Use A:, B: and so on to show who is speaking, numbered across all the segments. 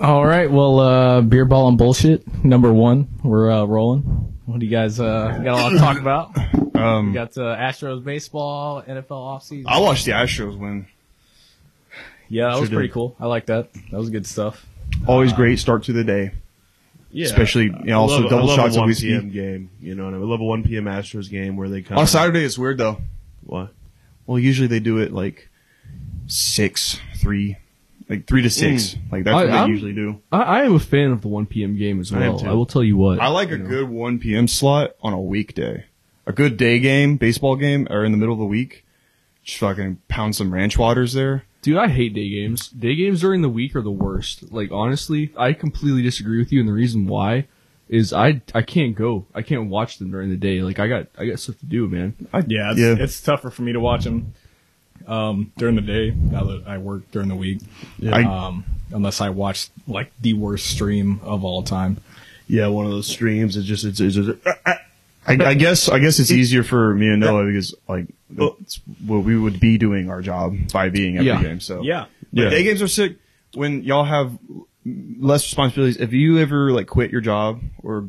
A: All right. Well, uh, beer ball and bullshit number one. We're uh, rolling. What do you guys uh, got a lot to talk about? we
B: Um,
A: got uh, Astros baseball, NFL offseason.
B: I watched the Astros win.
A: yeah, that was
B: Sure
A: pretty
B: did.
A: cool. I like that. That was good stuff.
B: Always great start to the day,
C: Yeah.
B: especially you know,
C: I
B: also
C: love a- I
B: double
C: love
B: shots
C: a
B: of
C: 1
B: whiskey.
C: PM game. You know, and I love a 1 p.m. Astros game where they come
B: On Saturday, it's weird though.
C: What?
B: Well, usually they do it like six, three, like three to six. Like that's
C: I-
B: what they
C: I'm-
B: usually do.
C: I, I am a fan of the 1 p.m. game as
B: I am
C: well.
B: too.
C: I, will tell you what.
B: I like a
C: you know.
B: good 1 p.m. slot on a weekday. A good day game, baseball game, or in the middle of the week. Just fucking pound some ranch waters there.
C: Dude, I hate day games. Day games during the week are the worst. Like honestly, I completely disagree with you, and the reason why is I I can't go. I can't watch them during the day. Like I got I got stuff to do, man.
B: I,
A: Yeah, it's,
B: yeah.
A: it's tougher for me to watch them um, during the day. Now that I work during the week,
B: I-
A: um, unless I watch like the worst stream of all time.
C: Yeah, one of those streams. It's just uh, it's, it's, it's
B: I, I guess I guess it's easier for me and Noah because like it's what we would be doing our job by being at
C: Yeah.
B: the game. So
A: Yeah,
B: But
C: Yeah.
B: day games are sick when y'all have less responsibilities. If you ever like quit your job or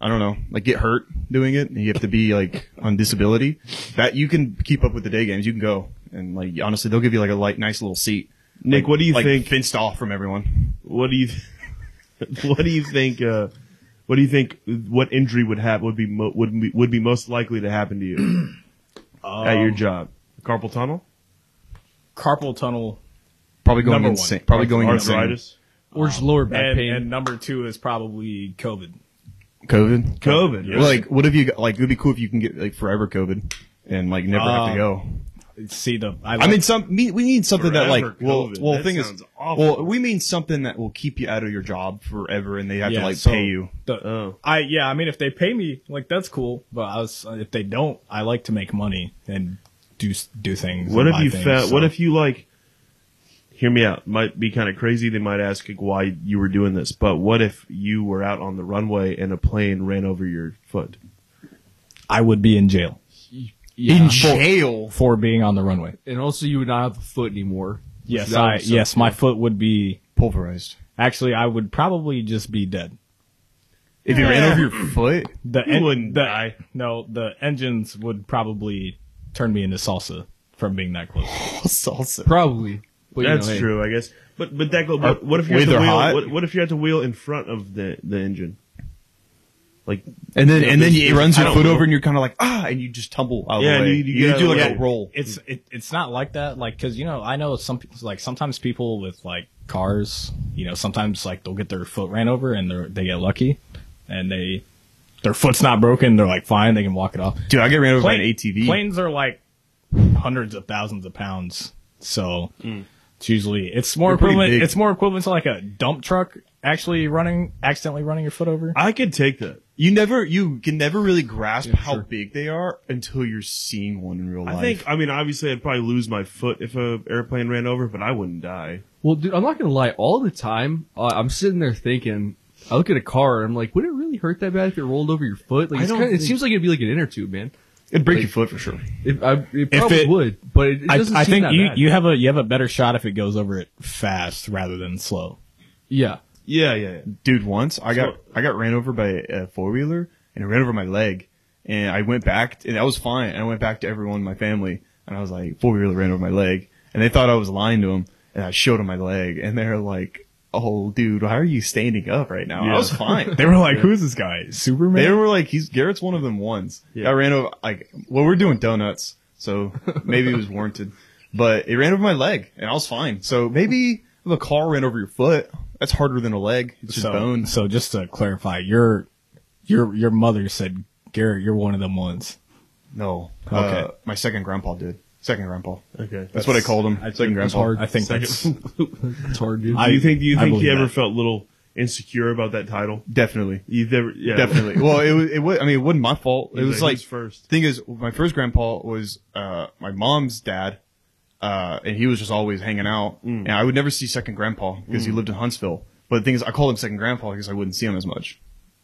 B: I don't know, like get hurt doing it, and you have to be like on disability, that you can keep up with the day games. You can go and like honestly, they'll give you like a light, nice little seat.
C: Nick,
B: Like-
C: what do you
B: like,
C: think?
B: Fenced off from everyone.
C: what do you what do you think? Uh, what do you think? What injury would have would be mo- would be, would be most likely to happen to you at your job? Carpal tunnel,
A: carpal tunnel,
B: Probably going
A: Number one.
B: insane. Probably going insane.
C: arthritis,
A: or just lower back
C: pain.
A: um, and number two is probably COVID.
B: COVID.
C: COVID.
B: Well, like, what if you got- like? It would be cool if you can get like forever COVID and like never have
A: Uh,
C: Ah.
B: to go.
A: See the I,
B: I mean, some me, we need something that
C: Forever
B: like well,
C: COVID.
B: well,
C: That
B: thing is,
C: sounds awful.
B: well, we mean something that will keep you out of your job forever, and they have
A: Yeah,
B: to like
A: so
B: pay you.
A: the-
C: Oh.
A: I yeah, I mean, if they pay me, like that's cool. But I was if they don't, I like to make money and do s- do things.
C: What
A: and
C: if
A: buy
C: you
A: things,
C: fa-
A: so-
C: What if you like? Hear me out. Might be kind of crazy. They might ask like, why you were doing this, but what if you were out on the runway and a plane ran over your foot?
A: I would be in jail
B: In jail.
A: for being on the runway?
D: and also you would not have a foot anymore.
A: Yes,
D: That
A: I
D: would suck.
A: yes, my foot would be.
B: Pulverized.
A: Actually, I would probably just be dead.
B: If you ran over your foot,
A: The
C: You wouldn't
A: the,
C: die.
A: No, the engines would probably turn me into salsa from being that close.
B: salsa.
D: Probably. But, you
C: That's
D: know, hey,
C: true, I guess. But but that go. But what if you
B: wait,
C: had to
B: they're
C: wheel?
B: Uh, hot?
C: What, what if you had to wheel in front of the the engine? Like
B: And then
C: Yeah,
B: and then
C: there's-
B: it runs
C: I
B: your
C: don't
B: foot
C: know.
B: over, and you're kind of like ah, and you just tumble out of
C: Yeah, and
B: the way.
C: you- you get out
B: do
C: of
B: like
C: the
B: a
C: way.
B: roll.
A: It's it, it's not like that, like because you know I know some peop- like sometimes people with like cars, you know, sometimes like they'll get their foot ran over and they they get lucky, and they their foot's not broken. They're like fine, they can walk it off.
B: Dude, I get ran over by
A: Plane-
B: an ATV.
A: Planes are like hundreds of thousands of pounds, so
D: Hmm.
A: it's usually it's more
B: They're pretty
A: equivalent.
B: big.
A: It's more equivalent to like a dump truck actually running accidentally running your foot over.
C: I could take that.
B: You never, you can never really grasp how
D: sure.
B: big they are until you're seeing one in real life.
C: I think. I mean, obviously, I'd probably lose my foot if a airplane ran over, but I wouldn't die.
D: Well, dude, I'm not gonna lie. All the time, uh, I'm sitting there thinking. I look at a car and I'm like, would it really hurt that bad if it rolled over your foot? Like,
B: I
D: it's
B: don't
D: kinda, it
B: think-
D: seems like it'd be like an inner tube, man.
B: it'd break
D: like-
B: your foot for sure.
D: It, I, it probably
A: it-
D: would, but it, it
A: I,
D: doesn't
A: I
D: seem
A: think
D: that
A: you,
D: bad.
A: you have a you have a better shot if it goes over it fast rather than slow.
D: yeah.
C: Yeah, yeah. yeah.
B: dude once i got
C: So-
B: i got ran over by a four-wheeler and it ran over my leg and i went back and that was fine and i went back to everyone in my family and i was like four-wheeler ran over my leg and they thought i was lying to them and i showed them my leg and they're like oh dude why are you standing up right now i
C: Yeah.
B: was fine
A: They were like, "Who's this guy? Superman?"
B: they were like he's garrett's one of them ones
C: Yeah.
B: i ran over like well we're doing donuts so maybe it was warranted but it ran over my leg and i was fine so maybe if a car ran over your foot that's harder than a leg it's just
A: so,
B: bone
A: so just to clarify, your your your mother said, "Garrett, you're one of them ones."
B: No.
A: Okay.
B: Uh, my second grandpa did. Second grandpa.
C: Okay.
B: That's, what I called him. second grandpa.
A: I think that's
D: It's hard, dude.
C: do you think? Do you
A: I
C: think
A: believe
C: you ever
A: that.
C: felt a little insecure about that title?
B: Definitely.
C: You never. Yeah.
B: Definitely. well, it was, it was, I mean, it wasn't my fault. It
C: He's
B: was
C: like,
B: like,
C: who's first?
B: thing is, my first grandpa was, uh, my mom's dad. Uh, and he was just always hanging out.
C: Mm.
B: And I would never see second grandpa because he lived in Huntsville. But the thing is, I called him second grandpa because I wouldn't see him as much.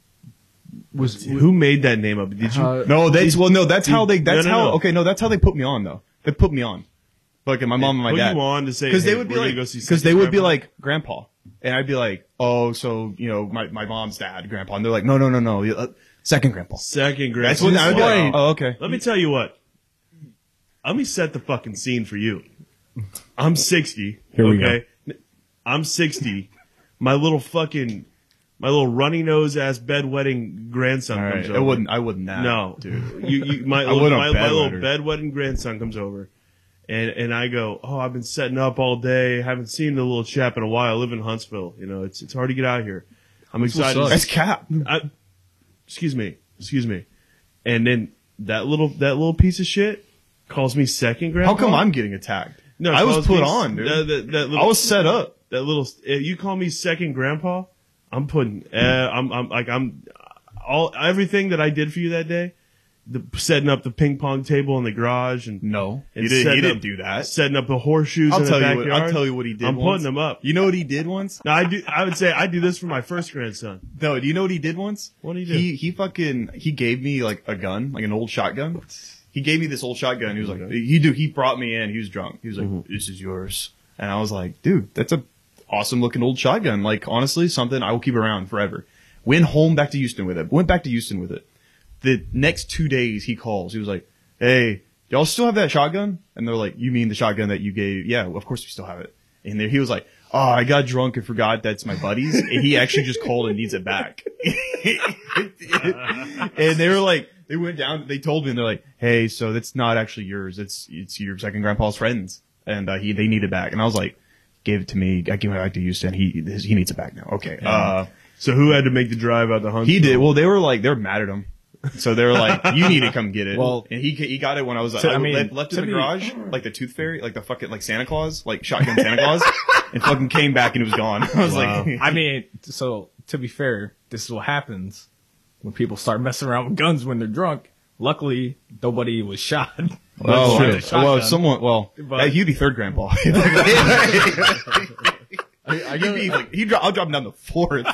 D: was
C: Who made that name up? Did you?
D: Uh,
B: oh No, that's, well, no, that's how they, that's
C: no, no,
B: how,
C: no.
B: okay, no, that's how they put me on though. They put me on. fucking my mom and my
C: put
B: dad.
C: you on to say
B: because
C: because
B: they would be like
C: go see
B: because they would be
C: Grandpa."
B: like grandpa and i'd be like oh so you know my, my mom's dad grandpa and they're like no no no no uh, second grandpa
C: second grade.
B: that's what i would be like oh okay
C: Let me tell you what. Let me set the fucking scene for you. I'm 60.
A: Here we
C: okay? I'm 60. My little fucking, my little runny nose ass bedwetting grandson
B: all
C: comes
B: right
C: over.
B: it wouldn't i wouldn't that
C: No,
B: dude
C: You, you, my
B: I
C: little,
B: wouldn't
C: my,
B: have
C: my little
B: bedwetter.
C: bedwetting grandson comes over, and and I go, oh, I've been setting up all day. Haven't seen the little chap in a while. I live in Huntsville. You know, it's it's hard to get out here. I'm excited.
B: that's cap
C: I, excuse me, excuse me. And then that little that little piece of shit calls me second grandpa.
B: how come i'm getting attacked
C: No,
B: i was
C: calls
B: put
C: me-
B: on dude
C: That, that, that
B: i
C: little,
B: was set up
C: that little. If you call me second grandpa, I'm putting. Uh, I'm I'm like I'm all everything that I did for you that day. The, setting up the ping pong table in the garage and
B: no
C: and
B: you didn't,
C: setting
B: you didn't
C: up-
B: do that
C: setting up the horseshoes
B: i'll
C: in
B: tell
C: the
B: you
C: backyard.
B: what i'll tell you what he did
C: I'm
B: once.
C: putting them up.
B: you know what he did once
C: Now I do. I would say I do this for my first grandson.
B: No, do you know what he did once?
C: What did he do?
B: He he fucking he gave me like a gun, like an old shotgun. He gave me this old shotgun. He was like, he do. He brought me in. He was drunk. He was like,
C: Mm-hmm.
B: this is yours. And I was like, dude, that's a awesome looking old shotgun. Like honestly, something I will keep around forever. Went home back to Houston with it. Went back to Houston with it. The next two days he calls. He was like, hey, y'all still have that shotgun? And they're like, you mean the shotgun that you gave? Yeah, well, of course we still have it. And there he was like, oh, I got drunk and forgot that's my buddy's. and he actually just called and needs it back. and they were like, they went down, they told me, and they're like, hey, so that's not actually yours. It's, it's your second grandpa's friend's. And uh, he, they need it back. And I was like, gave it to me. I gave it back to Houston. He, he needs it back now. Okay. Uh,
C: So who had to make the drive out to Huntsville?
B: he did. Well, they were like, they were mad at him. So they were like, "You need to come get it."
A: Well-
B: and he he got it when I was
A: To-
B: I,
A: I mean,
B: left, left it
A: to
B: in
A: be-
B: the garage like the Tooth Fairy, like the fucking like Santa Claus, like shotgun Santa Claus, and fucking came back and it was gone. I was like,
A: I mean, so to be fair, this is what happens when people start messing around with guns when they're drunk. Luckily, nobody was shot.
B: "Oh,
A: Shot the shotgun.
B: well, someone, well,
A: But-
B: that- you'd be third grandpa." I, I
D: got-
B: be like, he dro- I'll drop him down the fourth.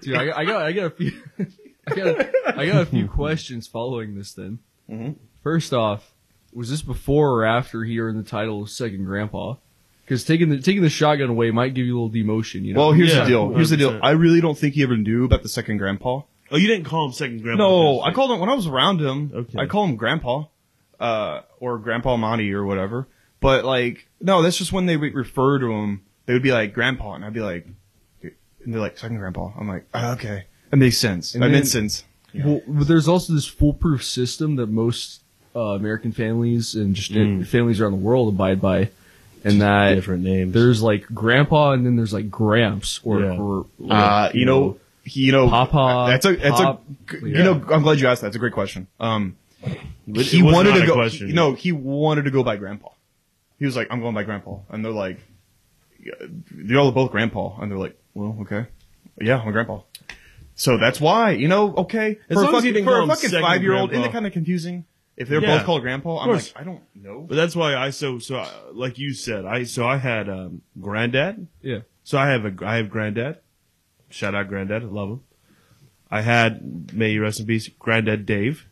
D: Dude, I, got- I got I got a few I got a, I got a few questions following this. Then,
A: Mm-hmm.
D: first off, was this before or after he earned the title of second grandpa? Because taking the taking the shotgun away might give you a little demotion. You know,
B: well, here's
C: Yeah,
B: the deal. Here's the deal.
C: 100%.
B: I really don't think he ever knew about the second grandpa.
C: Oh, you didn't call him second grandpa.
B: No,
C: did you?
B: I called him when I was around him.
C: Okay.
B: I call him Grandpa, uh, or Grandpa Monty or whatever. But like, no, that's just when they would refer to him. They would be like Grandpa, and I'd be like, and they're like second Grandpa. I'm like, oh, okay, that makes sense.
D: And
B: that
D: then-
B: makes sense.
D: Well, but there's also this foolproof system that most uh, American families and just uh, families around the world abide by, and that
C: different names.
D: there's like grandpa and then there's like gramps or,
C: Yeah.
D: or like,
B: Uh, you know, he, you know,
D: Papa,
B: That's a that's
D: Pop,
B: a.
D: yeah.
B: You know, I'm glad you asked that. It's a great question. Um,
C: But
B: he
C: it was
B: wanted
C: not
B: to
C: a
B: go.
C: question.
B: He, no, he wanted to go by grandpa. He was like, "I'm going by grandpa," and they're like, "You're all both grandpa," and they're like, "Well, okay, yeah, I'm grandpa." So that's why, you know, okay,
C: As
B: for a
C: long as you
B: fucking,
C: didn't
B: for
C: call
B: a
C: him
B: fucking
C: second
B: five year old, isn't it
C: grandpa.
B: kind of confusing if they're
C: Yeah.
B: both called grandpa? I'm
C: course.
B: like, I don't know.
C: But that's why I so so I, like you said I so I had um, granddad.
D: Yeah.
C: So I have a I have granddad. Shout out granddad, I love him. I had may you rest in peace, granddad Dave.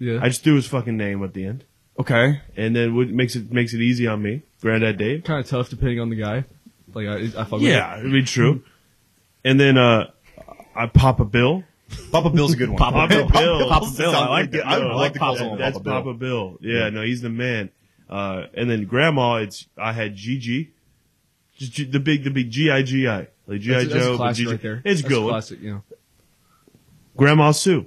D: yeah.
C: I just threw his fucking name at the end,
B: Okay,
C: and then what makes it makes it easy on me, granddad Dave.
D: kind of tough depending on the guy. Like I, I fuck
C: Yeah, it'd be true. and then uh, I Papa Bill.
B: Papa Bill's a good one.
A: Papa Bill.
C: Bill.
A: Papa Bill. I like that.
B: I would
C: No,
B: like to call
A: Papa-
B: someone
C: That's
B: Papa Bill.
C: Papa Bill. Yeah, no, he's the man. Uh, and then grandma, it's I had Gigi, Just G- the big, the big G I G I, like G
D: with
C: I
D: it. That's, that's
C: Joe. but
D: classic
C: Gigi.
D: right there.
C: It's
D: that's
C: good. one.
D: Classic, you know.
C: Grandma Sue,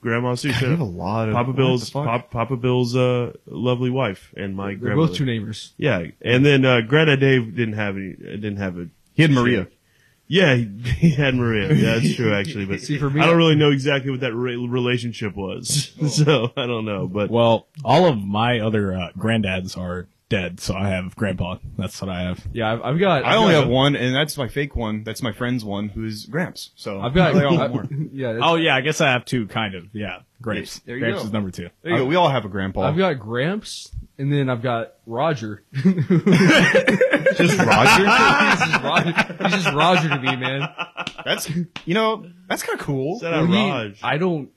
C: Grandma Sue.
B: God,
C: shut
B: you have
C: up.
B: a lot of
C: Papa
B: what the
C: Bill's
B: fuck?
C: Pop, Papa Bill's uh, lovely wife and my
D: They're
C: grandma.
D: both two neighbors.
C: yeah, and then uh, Greta Dave didn't have any. Didn't have a.
B: He had Maria.
C: Yeah, he, he had Maria. Yeah, that's true actually. But
D: See, for me-
C: I don't really know exactly what that re- relationship was, so I don't know. But
A: Well, all of my other uh, granddads are dead, so I have grandpa. That's what I have.
D: Yeah, I've, I've got.
B: I
D: I've
B: only
D: got,
B: have one, and that's my fake one. That's my friend's one, who's Gramps. So
D: I've got.
B: I don't have
D: I-
B: more.
D: yeah. that's-
A: Oh yeah, I guess I have two, kind of. Yeah, grapes.
B: There you
A: grapes
B: go.
A: is number two. Uh,
B: There you go. We all have a grandpa.
D: I've got Gramps, and then I've got Roger.
B: just Roger.
D: he's, just Roger he's just Roger to me, man.
B: that's you know that's kind of cool.
C: Shout out
D: Well, he-
C: Raj.
D: I don't.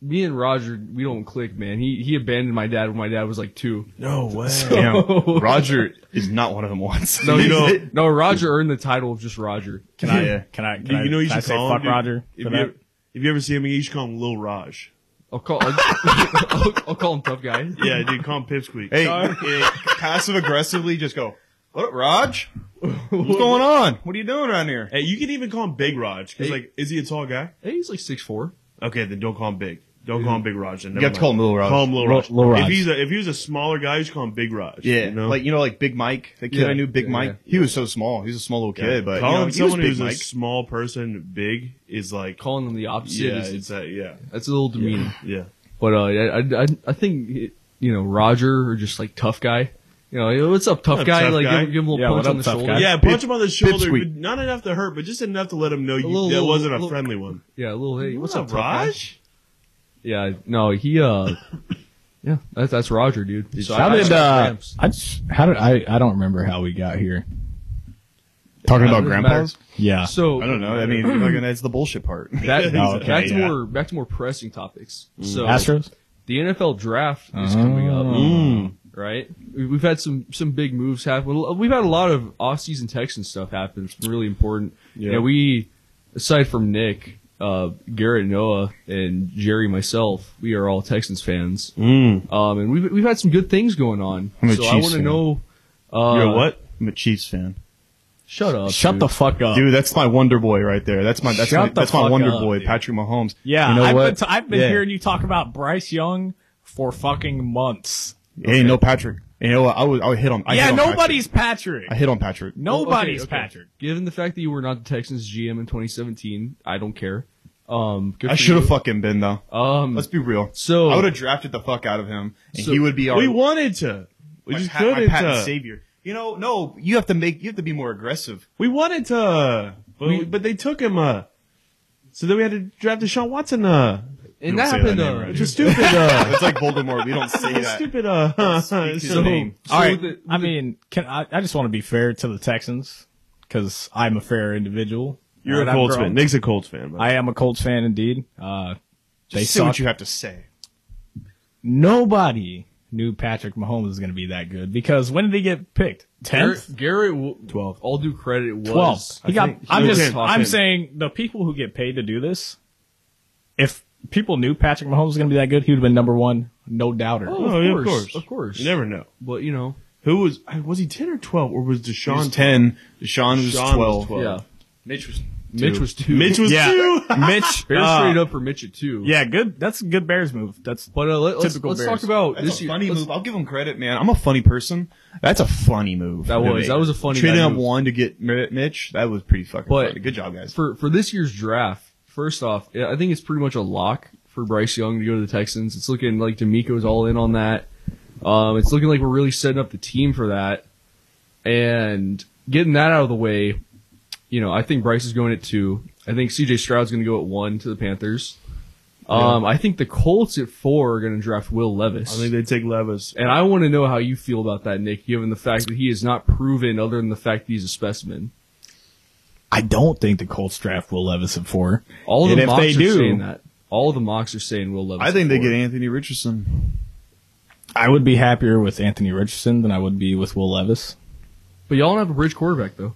D: me and Roger, we don't click, man. He he abandoned my dad when my dad was like two.
C: No way.
B: Damn, Roger is not one of them once.
C: No, you know, you,
D: No, Roger earned the title of just Roger.
A: Can I?
B: Yeah.
A: Can I? Can I,
C: you know, you
A: can I
C: should
A: say
C: call
A: fuck
C: him. dude.
A: Roger.
C: If
A: for
C: you,
A: that?
C: ever, if you ever see him, you should call him Lil Raj.
D: I'll call I'll, I'll, I'll call him tough guy.
C: Yeah, dude, call him Pipsqueak.
B: hey, passive aggressively, just go. What up, Raj? What's going on? What are you doing around here?
C: Hey, you can even call him Big Raj. Cause like, is he a tall guy?
D: Hey, he's like six four.
C: Okay, then don't call him Big. Don't call him Big Raj. Then
B: You
C: never
B: have to
C: mind.
B: call him Little Raj.
C: Call him Lil
A: Lil-
C: Raj.
A: Lil
C: If
A: Raj.
C: he's a if he was a smaller guy, you should call him Big Raj.
B: Yeah,
C: you know?
B: like you know, like Big Mike, the kid
D: Yeah.
B: I knew, Big
D: Yeah,
B: Mike. He was so small. He was a small little kid, but
C: calling
B: you know, he was
C: someone
B: Big
C: who's a
B: Mike.
C: small person big is like
D: Calling him the opposite.
C: yeah,
D: is-
C: it's that yeah,
D: that's a little demeaning.
C: yeah.
D: But uh, I, I I think you know Roger or just like tough guy. You know, hey, what's up, tough
C: What up,
D: guy?
C: tough
D: like
C: guy?
D: Give, him- give him a little
A: Yeah,
D: punch
A: what
D: on the
A: up, tough
D: shoulder.
A: guy?
C: Yeah, punch him on the shoulder,
B: pipsqueak.
C: but not enough to hurt, but just enough to let him know you,
D: little-
C: that wasn't a
D: little-
C: friendly one.
D: yeah. A little hey, what's
C: What
D: up,
C: up,
D: tough guy?
C: Raj?
D: Yeah, no, he uh, yeah, that's that's Roger, dude. So
A: How
D: I-
A: did
D: I-
A: uh?
D: Gramps.
A: I just how did I? I don't remember how we got here.
B: Talking
D: It
B: about
D: doesn't
B: grandpas?
A: Yeah.
D: So
B: I don't know. I mean, fucking, that's the bullshit part.
D: Back,
A: Oh, okay,
D: back to
A: yeah.
D: more back to more pressing topics. So
A: Astros.
D: the NFL draft is
A: Oh.
D: coming up, right? We- We've had some some big moves happen. We've had a lot of off-season Texan stuff happen. It's really important. Yeah, we aside from Nick, uh, Garrett, Noah, and Jerry, myself, we are all Texans fans. Um, and we've we've had some good things going on.
B: I'm a
D: so I
B: Chiefs
D: want to
B: fan.
D: know. Uh,
C: You're what?
B: I'm a Chiefs fan,
D: Shut up.
A: Shut
D: dude.
A: the fuck up.
B: dude. That's my Wonder Boy right there. That's my that's
A: Oh. Shut
B: my,
A: the
B: that's my
A: fuck
B: Wonder
A: up,
B: Boy,
A: dude.
B: Patrick Mahomes.
A: Yeah,
B: you know
A: I've
B: what?
A: been t- I've been
B: Yeah.
A: hearing you talk about Bryce Young for fucking months.
B: Hey, no Patrick. You know what? I would I would hit on. I
A: yeah,
B: hit on
A: nobody's Patrick.
B: Patrick. I hit on Patrick.
A: Nobody's
D: Okay, okay.
A: Patrick.
D: Given the fact that you were not the Texans GM in 2017, I don't care. Um, good
B: I
D: for
B: should have
D: you.
B: fucking been though.
D: Um,
B: Let's be real.
D: so
B: I would have drafted the fuck out of him, and
D: So-
B: he would be our
C: We wanted to. We
B: my
C: just
B: pa- my
C: couldn't.
B: patent
C: uh,
B: savior. You know, no, you have to make you have to be more aggressive.
C: We wanted to, but,
D: We-
C: but they took him. Uh, so then we had to draft Deshaun Watson. Uh,
B: don't
D: and that
B: say
D: happened.
B: that
D: uh,
B: name right
C: it's a stupid. Uh,
B: It's like Voldemort. We don't say
C: it's a
B: that.
C: stupid. Uh,
B: Speak his
C: so-
B: name.
D: so
A: All right.
D: the-
A: I mean, can I? I just want to be fair to the Texans because I'm a fair individual.
C: You're
A: And
C: a
A: I'm
C: Colts
A: grown.
C: fan. Nick's a Colts fan. by the way.
A: I am a Colts fan indeed. Uh,
B: Just
A: they
B: say what
A: suck.
B: you have to say.
A: Nobody knew Patrick Mahomes was going to be that good because when did he get picked? Tenth.
D: Garrett, Garrett w- 12. All due credit was
A: 12. He
D: I
A: got,
D: think he
A: I'm
D: was
A: just,
D: top
A: I'm
D: end.
A: saying the people who get paid to do this, if people knew Patrick Mahomes was going to be that good, he would have been number one, no doubter.
D: Oh,
C: Oh,
D: of,
C: yeah,
D: course,
C: of course.
D: of course,
C: You never know.
D: But you know,
C: Who was was he ten or twelve or was Deshaun
B: He was ten. Deshaun was
C: Deshaun was
B: twelve.
C: 12.
D: yeah.
B: Mitch was.
D: Mitch was two.
C: Mitch was
A: Yeah.
C: two.
A: Mitch,
D: Bears
A: uh,
D: straight up for Mitch at two.
A: yeah, good. That's a good Bears move. That's
D: But uh, let, let's
A: Typical
D: let's
A: Bears.
D: talk about
B: That's
D: this
B: a
D: year.
B: funny
D: let's-
B: move. I'll give him credit, man. I'm a funny person. That's a funny move.
D: That
B: to
D: was-
B: make.
D: that was a funny
B: trading
D: guy
B: up
D: move.
B: one to get Mi- Mitch. That was pretty fucking
D: But-
B: funny. Good job, guys.
D: for for this year's draft, first off, yeah, I think it's pretty much a lock for Bryce Young to go to the Texans. It's looking like D'Amico's all in on that. Um, it's looking like we're really setting up the team for that. And getting that out of the way, you know, I think Bryce is going at two. I think CJ Stroud's going to go at one to the Panthers. Um, I think the Colts at four are going to draft Will Levis.
C: I think they take Levis.
D: and I want to know how you feel about that, Nick, given the fact that he is not proven other than the fact that he's a specimen.
A: I don't think the Colts draft Will Levis at four.
D: All of
A: And
D: the
A: if
D: mocks
A: they
D: are
A: do-
D: saying that. All of the mocks are saying Will Levis.
B: I think they
D: before.
B: get Anthony Richardson.
A: I would be happier with Anthony Richardson than I would be with Will Levis.
D: But y'all don't have a bridge quarterback though.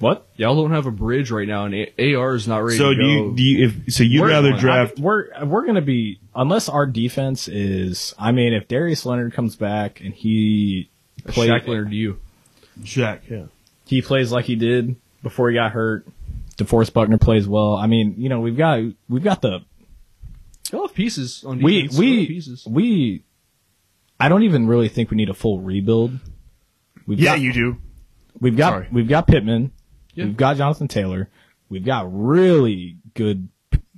A: What?
D: Y'all don't have a bridge right now, and a- AR is not ready
C: So
D: to
C: do
D: go.
C: you do you if so you'd
A: We're-
C: rather
A: I-
C: draft
A: we're we're gonna be unless our defense is. I mean, if Darius Leonard comes back and he
D: That's
A: plays
D: Shaq Leonard, do you?
C: Shaq? Yeah.
A: he plays like he did before he got hurt. DeForest Buckner plays well. I mean, you know, we've got we've got the
D: Y'all have pieces on
A: we
D: defense. Y'all have
A: we
D: pieces.
A: we. I don't even really think we need a full rebuild. We've
B: Yeah,
A: got,
B: you do.
A: we've got
B: sorry.
A: we've got Pittman,
D: Yeah.
A: we've got Jonathan Taylor, we've got really good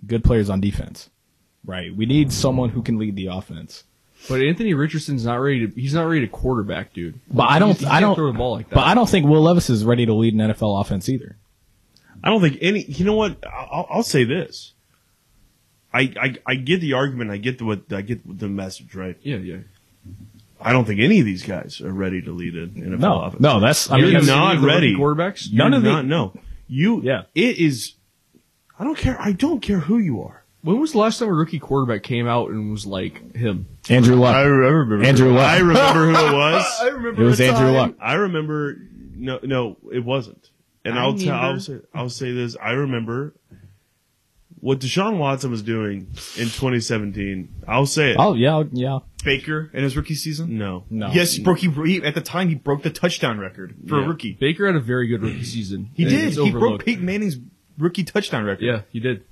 A: good players on defense. Right, we need someone who can lead the offense.
D: But Anthony Richardson's not ready to. He's not ready to quarterback, dude.
A: But I
D: He-
A: don't-
D: he
A: I
D: can't
A: don't-
D: throw the ball like that.
A: But I don't think Will Levis is ready to lead an NFL offense either.
C: I don't think any. You know what? I'll, I'll- I'll say this. I, I I get the argument. I get the what I get the message right.
D: yeah, yeah.
C: I don't think any of these guys are ready to lead an NFL
A: No,
C: offense.
A: no, that's I mean,
C: You're
A: that's-
C: not
D: Any of the
C: ready.
D: rookie quarterbacks.
C: You're
A: none of the-
C: not, no. You
A: Yeah.
C: It is. I don't care. I don't care who you are.
D: When was the last time a rookie quarterback came out and was like him?
A: Andrew Luck.
B: I remember.
A: Andrew Luck.
C: I remember who it was.
A: it was Andrew Luck.
C: I remember. No, no, it wasn't. And
D: I
C: I'll tell.
D: remember.
C: I'll say. I'll say this. I remember what Deshaun Watson was doing in 2017. I'll say it.
A: Oh yeah, I'll- yeah.
B: Baker in his rookie season.
C: no.
A: No.
B: Yes, he broke. He, he at the time he broke the touchdown record for a
D: Yeah.
B: rookie.
D: Baker had a very good rookie season.
B: He
D: And
B: did.
D: it's
B: He broke
D: overlooked.
B: Peyton Manning's rookie touchdown record.
D: Yeah, he did.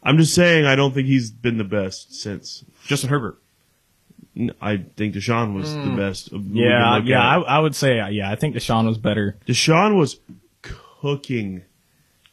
C: I'm just saying. I don't think he's been the best since.
B: Justin Herbert.
C: N- I think Deshaun was the best. Of who we can
A: Mm. Yeah,
C: look
A: yeah.
C: at.
A: I, I would say uh, yeah. I think Deshaun was better.
C: Deshaun was cooking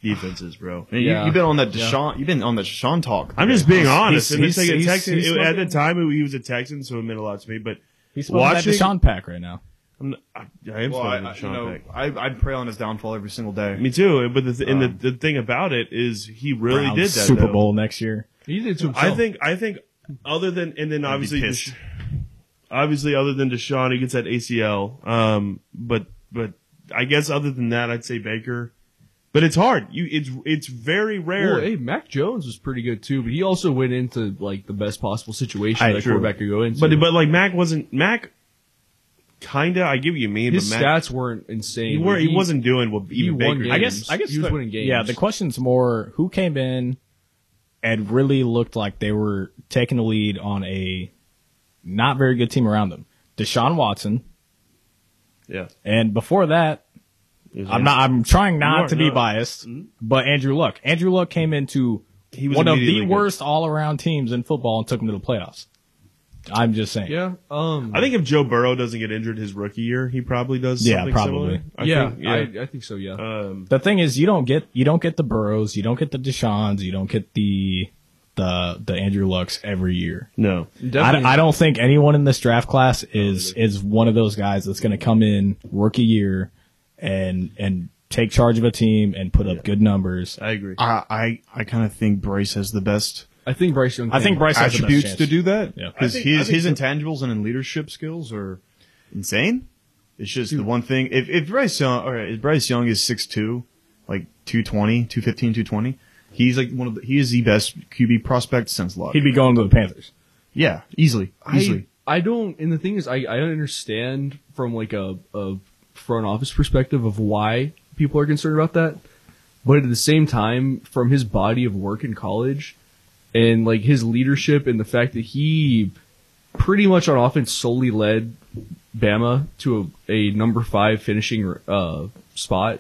C: defenses, bro.
B: Man,
D: Yeah.
B: you, have been on that Deshaun. You've been on the Deshaun talk.
C: I'm just being honest. and
B: he's-
C: it's like a
B: he's-
C: Texan.
B: he's
C: it- at the time, he was a Texan, so it meant a lot to me. But
A: He's watching
C: watching,
A: that Deshaun pack right now.
C: I'm not, I, I am
B: Well, I,
C: following
B: I,
C: Deshaun
B: you know,
C: Peck.
B: I, I'd pray on his downfall every single day.
C: Me too. But the th- and
B: Uh,
C: the, the thing about it is he really
A: Browns
C: did that
A: Super
C: though.
A: Bowl next year.
D: He did it to himself.
C: I think. I think. Other than and then obviously,
B: pissed.
C: Desha- obviously, other than Deshaun, he gets that ACL. Um, but but I guess other than that, I'd say Baker. But it's hard. You it's it's very rare.
D: Well, hey, Mac Jones was pretty good too, but he also went into like the best possible situation
C: Aye,
D: that a
C: true.
D: quarterback could go into.
C: but but like Mac wasn't Mac. Kinda, I give you mean,
D: his
C: but Mac
D: stats weren't insane.
C: he, were, he,
D: He-
C: wasn't doing what even
D: won
C: Baker.
D: games.
C: I
A: I
C: guess
A: guess I guess
D: He was
A: the-
D: winning games.
A: Yeah, the question's more who came in and really looked like they were taking the lead on a not very good team around them. Deshaun Watson.
C: Yeah.
A: And before that, I'm not I'm trying
C: You are
A: not to be
C: not.
A: biased, but Andrew Luck. Andrew Luck came into
C: He was
A: one of
C: immediately
A: the
C: good.
A: worst all-around teams in football and took him to the playoffs. I'm just saying.
D: Yeah. Um.
C: I think if Joe Burrow doesn't get injured his rookie year, he probably does.
A: Yeah,
C: something
A: probably.
C: Similar. I
D: yeah.
C: think, yeah.
D: I, I think so. Yeah.
C: um,
A: The thing is, you don't get you don't get the Burrows, you don't get the Deshaun's, you don't get the the the Andrew Lucks every year.
C: no,
A: I,
D: Definitely.
A: I don't think anyone in this draft class is is one of those guys that's going to come in rookie year and and take charge of a team and put up good numbers.
C: I agree.
B: I I, I kind of think Bryce has the best
D: I think Bryce Young.
A: I think Bryce has the best
B: attributes
A: chance.
B: to do that.
A: Yeah.
B: because
C: I think- I
B: his
C: think
B: his intangibles and in leadership skills are insane. It's just the one thing. If if Bryce Young, all right, if Bryce Young is 6'2", like 220, 215, 220, he's like one of the, he is the best QB prospect since Luck.
A: He'd be going to the Panthers.
B: yeah, easily,
D: I,
B: easily.
D: I don't. And the thing is, I I understand from like a a front office perspective of why people are concerned about that, but at the same time, from his body of work in college, and like his leadership and the fact that he pretty much on offense solely led Bama to a, a number five finishing uh, spot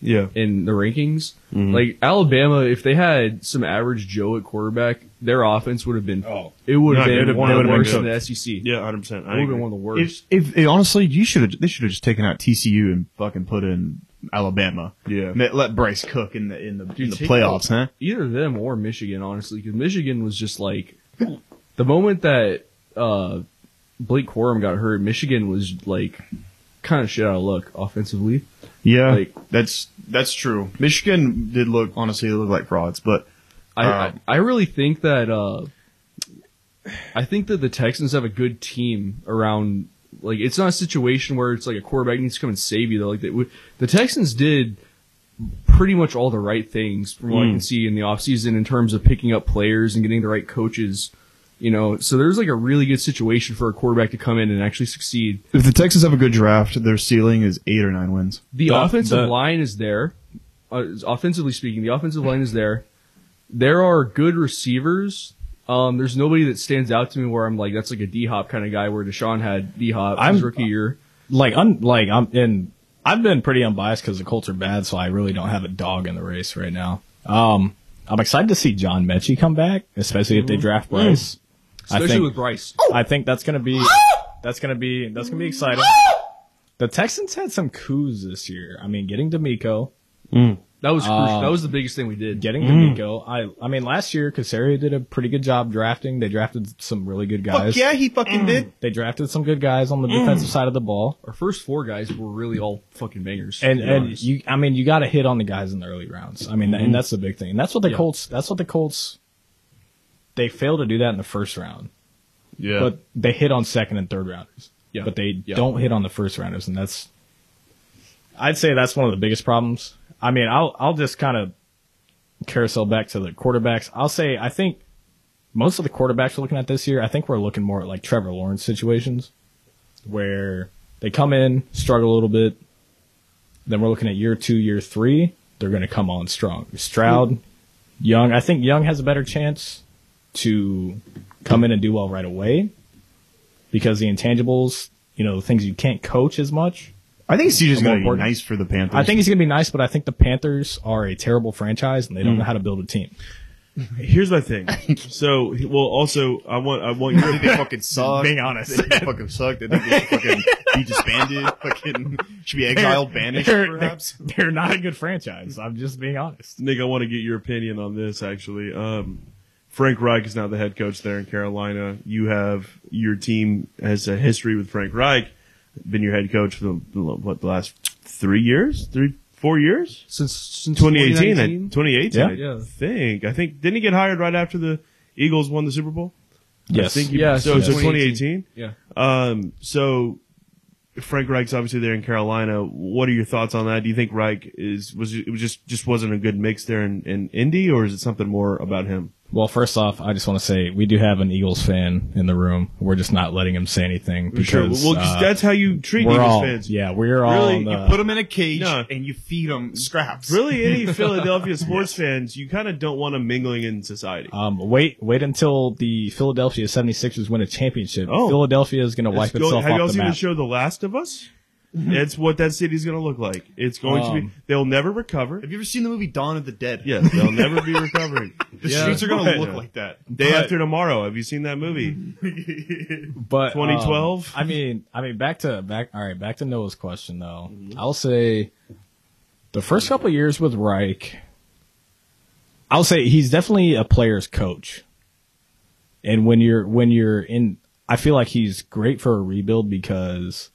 C: Yeah,
D: in the rankings. Like Alabama, if they had some average Joe at quarterback, their offense would have been
A: Oh.
D: it would
C: No,
D: have
C: it would've
D: been one
C: been-
D: of
C: it
D: the
C: would've
D: worst
C: been
D: in the E SEC. It
C: yeah, hundred percent. I
D: would have
C: agree.
D: been one of the worst.
B: If, if, eh, honestly, you should have they should have just taken out TCU and fucking put in Alabama.
C: Yeah.
B: let, let Bryce cook in the in the, in the
D: take
B: playoffs,
D: the-
B: huh?
D: Either them or Michigan, honestly, because Michigan was just like the moment that uh, Blake Corum got hurt, Michigan was like kind of shit out of luck offensively.
B: Yeah,
D: Like-
B: that's that's true. Michigan did look honestly they look like frauds, but
D: I,
B: Um,
D: I I really think that uh, I think that the Texans have a good team around. Like it's not a situation where it's like a quarterback needs to come and save you. Though, like the, the Texans did pretty much all the right things from what I can see in the offseason in terms of picking up players and getting the right coaches. You know, so there's like a really good situation for a quarterback to come in and actually succeed.
B: if the Texans have a good draft, their ceiling is eight or nine wins.
D: The,
A: The-
D: offensive
A: the-
D: line is there. Uh, offensively speaking, the offensive line is there. There are good receivers. Um, there's nobody that stands out to me where I'm like, that's like a D hop kind of guy where Deshaun had D hop his
A: I'm-
D: rookie year.
A: Like un like I'm and I've been pretty unbiased because the Colts are bad, so I really don't have a dog in the race right now. Um, I'm excited to see John Mechie come back, especially if they draft Bryce. I
D: Mm-hmm. Mm. Especially
A: think-
D: with Bryce.
A: I think that's gonna be that's gonna be that's gonna be exciting. The Texans had some coups this year. I mean, getting D'Amico,
D: That was crucial.
A: Um,
D: that was the biggest thing we did.
A: getting D'Amico. I I mean, last year Casario did a pretty good job drafting. They drafted some really good guys.
B: he fucking did.
A: They drafted some good guys on the defensive side of the ball.
D: Our first four guys were really all fucking bangers.
A: And
D: to be
A: and
D: honest.
A: you, I mean, you got to hit on the guys in the early rounds. I mean, and that's the big thing. And that's what the
D: Yeah.
A: Colts. That's what the Colts. They failed to do that in the first round,
C: yeah.
A: but they hit on second and third rounders.
D: Yeah.
A: But they
D: Yeah.
A: don't hit on the first rounders, and that's. I'd say that's one of the biggest problems. I mean, I'll I'll just kind of carousel back to the quarterbacks. I'll say I think most of the quarterbacks we're looking at this year, I think we're looking more at like Trevor Lawrence situations where they come in, struggle a little bit. Then we're looking at year two, year three. They're going to come on strong. Stroud, Young. I think Young has a better chance to come in and do well right away because the intangibles, you know, the things you can't coach as much.
B: I think CJ's
A: More
B: going to be
A: important.
B: nice for the Panthers.
A: I think he's going to be nice, but I think the Panthers are a terrible franchise and they don't
C: Mm.
A: know how to build a team.
C: Here's my thing. So, well, also, I want, I want
B: Did
C: you.
B: they fucking suck? Being honest, did they fucking suck? Did they get fucking be disbanded? Fucking should be exiled, banished, perhaps.
A: They're not a good franchise. I'm just being honest.
C: Nick, I want to get your opinion on this. Actually, um, Frank Reich is now the head coach there in Carolina. You have your team has a history with Frank Reich. Been your head coach for the, the- what the last three years, three four years,
D: Since, since
C: 2018. 2018, I
A: Yeah.
D: Yeah.
C: think. I think didn't he get hired right after the Eagles won the Super Bowl?
A: Yes.
C: I think he,
D: Yeah,
C: So,
D: so
C: so
D: 2018.
C: 2018.
D: Yeah.
C: Um, so Frank Reich's obviously there in Carolina. What are your thoughts on that? Do you think Reich is was it was just just wasn't a good mix there in, in Indy, or is it something more about him?
A: Well, first off, I just want to say we do have an Eagles fan in the room. We're just not letting him say anything because
C: well, 'cause
A: uh,
C: that's how you treat
A: we're
C: Eagles
A: all
C: fans.
A: yeah we're all
C: Really?
A: on the-
C: You
B: Put them in a cage
C: No.
B: and you feed them scraps.
C: Really, any Philadelphia sports fans, you kind of don't want them mingling in society.
A: um, wait wait until the Philadelphia 76ers win a championship.
C: Oh.
A: Philadelphia is going to wipe
C: It's go-
A: itself
C: have y'all
A: off the
C: seen
A: map.
C: the show The Last of Us? That's what that city's going to look like. It's going to be.
A: Um,
C: They'll never recover.
B: Have you ever seen the movie Dawn of the Dead?
C: Yes, they'll never be recovering.
B: The streets are going
C: Right.
B: to look like that.
C: Day
B: But-
C: after tomorrow. Have you seen that movie?
A: but
C: 2012?
A: um, I mean, I mean, back to back. All right, back to Noah's question though. I'll say the first couple of years with Reich, I'll say he's definitely a player's coach. And when you're when you're in, I feel like he's great for a rebuild because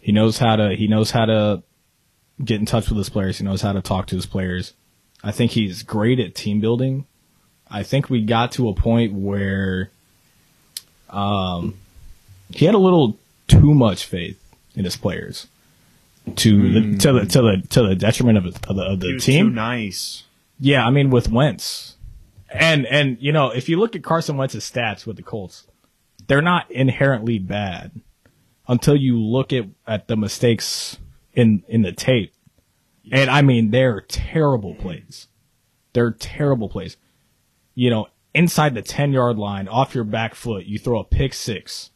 A: he knows how to he knows how to get in touch with his players. He knows how to talk to his players. I think he's great at team building. I think we got to a point where um, he had a little too much faith in his players to the, to the to the to the detriment of, the- of the, of
B: He
A: the
B: was
A: team.
B: too nice.
A: Yeah, I mean with Wentz, and and you know if you look at Carson Wentz's stats with the Colts, they're not inherently bad until you look at at the mistakes in in the tape, and I mean they're terrible plays, they're terrible plays. You know, inside the ten yard line, off your back foot, you throw a pick six.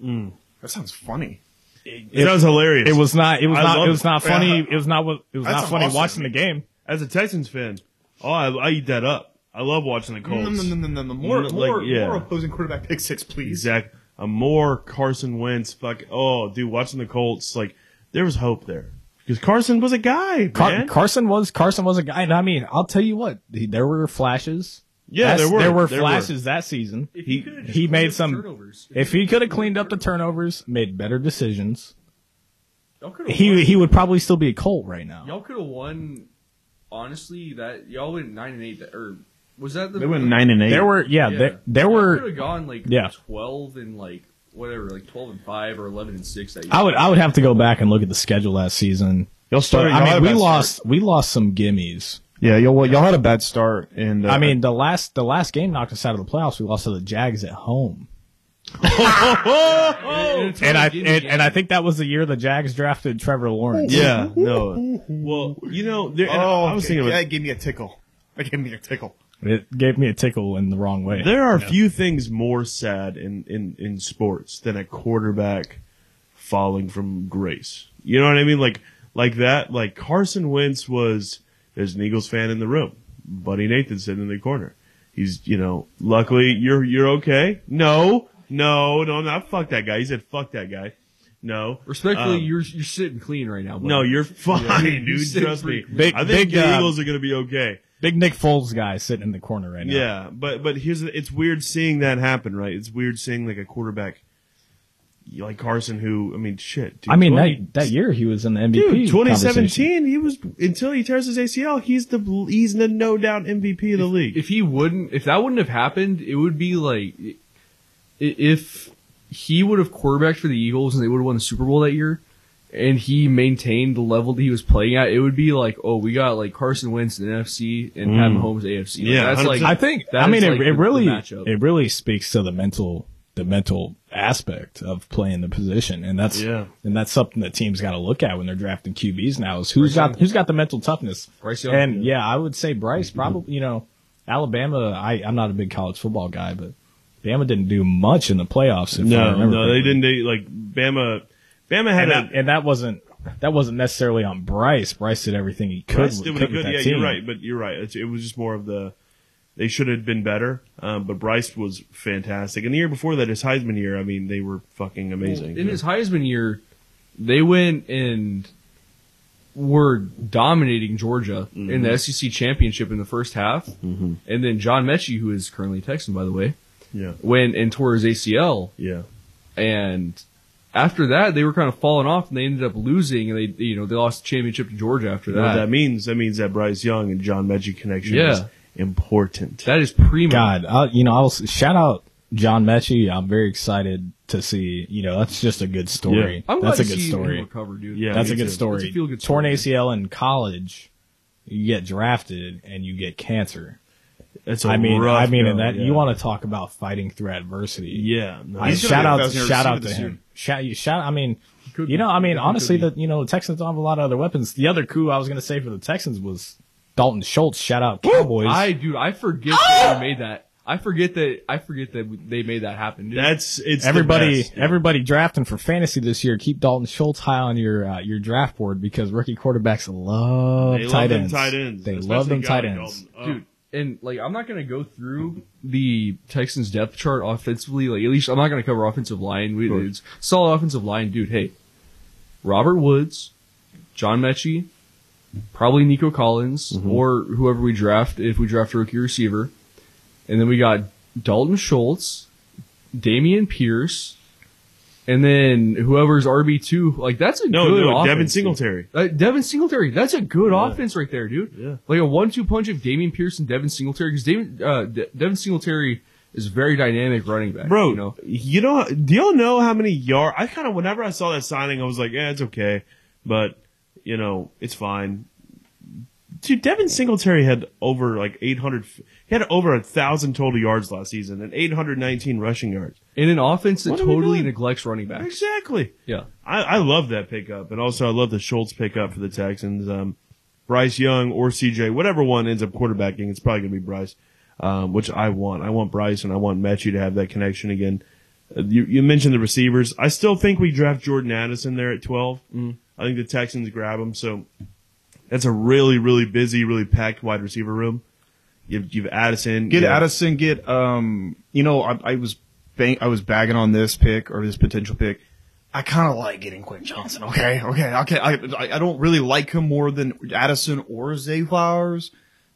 B: That sounds funny.
C: It sounds hilarious.
A: It was not. It was
C: I love
A: not. It was
C: it.
A: not
B: Yeah.
A: funny. It was not. what- It was
B: That's
A: not funny
B: awesome.
A: watching the game.
C: As a Texans fan, oh, I, I eat that up. I love watching the Colts.
B: Mm, mm, mm, mm, mm, mm. More,
C: Like,
B: more,
C: yeah.
B: more opposing quarterback pick six, please.
C: Exactly. A more Carson Wentz. Fuck. Oh, dude, watching the Colts, like there was hope there because Carson was a guy,
A: Car-
C: man.
A: Carson was. Carson was a guy. And I mean, I'll tell you what. he- There were flashes.
C: yeah,
A: That's-
C: there were
A: flashes that season.
C: He,
A: He made some. If he could have cleaned up the turnovers, made better decisions,
D: Y'all could have
A: he he would probably still be a Colt right now.
D: y'all could have won. Honestly, that y'all went nine and eight. That, or was that the?
B: They went nine and eight.
A: There were yeah,
D: Yeah.
A: There, there
D: Y'all
A: were.
D: could have gone like
A: Yeah.
D: twelve and like whatever, like twelve and five or eleven and six that year.
A: I would I would have to go back and look at the schedule last season.
B: Y'all
A: But,
B: started.
A: I
B: y'all had
A: mean,
B: a
A: we
B: bad
A: lost
B: start.
A: we lost some gimmies.
B: Yeah, y'all well, y'all had a bad start, and uh,
A: I mean, the last the last game knocked us out of the playoffs. We lost to the Jags at home. Oh, and I and, and I think that was the year the Jags drafted Trevor Lawrence.
C: yeah, no. Well, you know, there, and
B: oh,
C: I was thinking
B: that
C: about,
B: gave me a tickle. That gave me a tickle.
A: It gave me a tickle in the wrong way.
C: there are few things more sad in, in in sports than a quarterback falling from grace. You know what I mean? Like like that. Like Carson Wentz was. There's an Eagles fan in the room. Buddy Nathan sitting in the corner. He's you know. Luckily, you're you're okay. No, no, no, not fuck that guy. He said fuck that guy. No,
D: Respectfully,
C: Um,
D: you're you're sitting clean right now. Buddy.
C: no, you're fine,
D: You
C: dude.
D: said
C: Trust me.
A: Big-
C: I think
A: big,
C: the
A: uh,
C: Eagles are gonna be okay.
A: Big Nick Foles guy sitting in the corner right now.
C: Yeah, but but here's the, it's weird seeing that happen, right? It's weird seeing like a quarterback like Carson, who I mean, shit. Dude,
A: I mean
C: 20
A: that that year he was in the MVP.
C: dude,
A: conversation.
C: 2017. He was until he tears his ACL. He's the he's the no doubt MVP of the league.
D: if he wouldn't if that wouldn't have happened it would be like i- if he would have quarterbacked for the eagles and they would have won the super bowl that year and he maintained the level that he was playing at, it would be like, oh, we got like Carson Wentz in NFC and
A: Mm.
D: Pat Mahomes AFC. Like,
C: Yeah,
D: that's like
C: 100%.
A: I think.
D: That
A: I mean,
D: is,
A: it,
D: like,
A: it
D: the- the
A: really
D: matchup.
A: it really speaks to the mental the mental aspect of playing the position, and that's
C: Yeah.
A: and that's something that teams got to look at when they're drafting QBs now. Is who's got who's got the mental toughness?
D: Bryce Young.
A: And yeah, I would say Bryce probably. You know, Alabama. I I'm not a big college football guy, but Bama didn't do much in the playoffs. If I
C: No,
A: remember
C: no, they
A: correctly.
C: didn't. They like Bama. Bama had
A: And
C: a
A: that, and that wasn't that wasn't necessarily on Bryce. Bryce did everything he could.
C: Bryce
A: with-
C: did what he
A: could with
C: could.
A: that
C: Yeah,
A: team.
C: you're right, but you're right. It's, it was just more of the they should have been better. Um, but Bryce was fantastic, and the year before that, his Heisman year. I mean, they were fucking amazing.
D: In his Heisman year, they went and were dominating Georgia in the SEC championship in the first half, and then John Mechie, who is currently a Texan, by the way,
C: yeah,
D: went and tore his ACL,
C: yeah,
D: and after that, they were kind of falling off, and they ended up losing, and they you know they lost the championship to Georgia after
C: You know what
D: that.
C: that means that means that Bryce Young and John Magic connection is
D: Yeah.
C: important.
D: that is primo.
A: God, I, you know, I was shout out John Mechie. I'm very excited to see. You know, that's just a good story.
D: I'm glad
A: that's a
D: to
A: good
D: see him
A: story.
D: Recover, dude.
C: Yeah,
A: That's
C: me
A: a good
C: too.
A: story.
D: It's a feel-good
A: Torn
D: story.
A: ACL in college, you get drafted and you get cancer.
C: That's a
A: I mean,
C: rough
A: I mean,
C: go,
A: and that
C: yeah.
A: you want to talk about fighting through adversity.
C: yeah. no,
A: I-
C: he's gonna
A: shout
C: be a
A: out,
C: thousand yard
A: shout out
C: receiver
A: to
C: this year.
A: him. Shout, you shout. I mean, you know, I mean, honestly, that you know, the Texans don't have a lot of other weapons. The other coup I was going to say for the Texans was Dalton Schultz. Shout out Cowboys.
D: I dude, I forget that they made that. I forget that. I forget that they made that happen. Dude.
C: That's it's the
A: Everybody,
C: best.
A: everybody drafting for fantasy this year. Keep Dalton Schultz high on your uh, your draft board because rookie quarterbacks love
C: They love
A: tight
C: them
A: ends.
C: tight ends.
A: They
C: especially
A: love them
C: guys
A: tight
C: like
A: ends.
C: Dalton. Oh,
D: dude. And like, I'm not gonna go through the Texans depth chart offensively. Like, at least I'm not gonna cover offensive line. We, it's solid offensive line, dude. Hey, Robert Woods, John Mechie, probably Nico Collins
C: Mm-hmm.
D: or whoever we draft if we draft a rookie receiver, and then we got Dalton Schultz, Damian Pierce. And then whoever's RB two, like that's a
C: No,
D: good
C: no,
D: offense,
C: Devin
D: dude.
C: Singletary.
D: Uh, Devin Singletary, that's a good offense right there, dude.
C: Yeah.
D: Like a one-two punch of Damian Pierce and Devin Singletary, because Devin, uh, De- Devin Singletary is a very dynamic running back.
C: Bro,
D: you know,
C: you know, do y'all know how many yard? I kind of, whenever I saw that signing, I was like, yeah, it's okay, but you know, it's fine. Dude, Devin Singletary had over like 800. f- He had over a thousand total yards last season and 819 rushing yards.
D: in an offense that
C: What are we
D: totally
C: doing?
D: neglects running backs.
C: Exactly.
D: Yeah.
C: I, I love that pickup, and also I love the Schultz pickup for the Texans. Um, Bryce Young or CJ, whatever one ends up quarterbacking, it's probably going to be Bryce, um, which I want. I want Bryce, and I want Matthew to have that connection again. Uh, You, you mentioned the receivers. I still think we draft Jordan Addison there at 12. I think the Texans grab him, so that's a really, really busy, really packed wide receiver room. You've, you've Addison.
B: Get
C: you have-
B: Addison. Get um. You know, I, I was bang, I was bagging on this pick or this potential pick. I kind of like getting Quinn Johnson. Okay, okay, okay. I I I don't really like him more than Addison or Zay Flowers.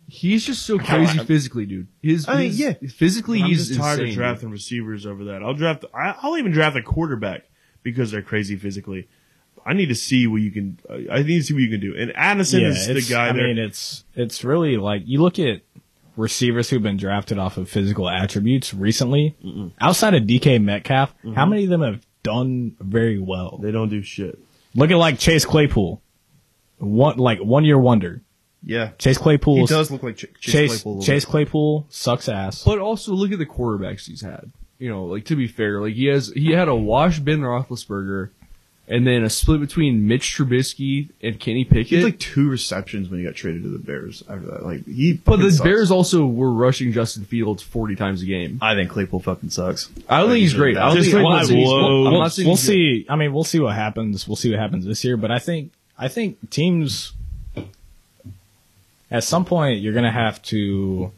D: He's just so crazy
B: I-
D: physically, dude. His,
B: I mean,
D: his-
B: yeah.
D: physically,
C: I'm
D: he's
C: just tired
D: insane.
C: of drafting receivers over that. I'll draft. I- I'll even draft a quarterback because they're crazy physically. I need to see what you can. I need to see what you can do. And Addison is the
A: it's-
C: guy
A: I
C: there.
A: mean, it's it's really like you look at receivers who've been drafted off of physical attributes recently. Outside of DK Metcalf, how
B: Mm-hmm.
A: many of them have done very well?
C: they don't do shit.
A: Look at like Chase Claypool, one like one year wonder.
B: Yeah,
A: Chase Claypool.
B: he does look like Ch-
A: Chase
B: Chase, Claypool a little
A: Chase Claypool sucks ass.
D: But also look at the quarterbacks he's had. You know, like to be fair, like he has he had a wash Ben Roethlisberger, and then a split between Mitch Trubisky and Kenny
B: He
D: Pickett.
B: had like two receptions when he got traded to the Bears after that. Like he,
D: but
B: fucking
D: the
B: sucks.
D: Bears also were rushing Justin Fields forty times a game.
B: I think Claypool fucking sucks.
D: I don't think he's great. I don't
C: Just
D: think I'm
C: like,
D: not saying he's-
C: whoa.
D: I'm
A: we'll,
D: not saying
A: we'll
D: he's good.
A: see. I mean, we'll see what happens. We'll see what happens this year. But I think I think teams at some point you're gonna have to.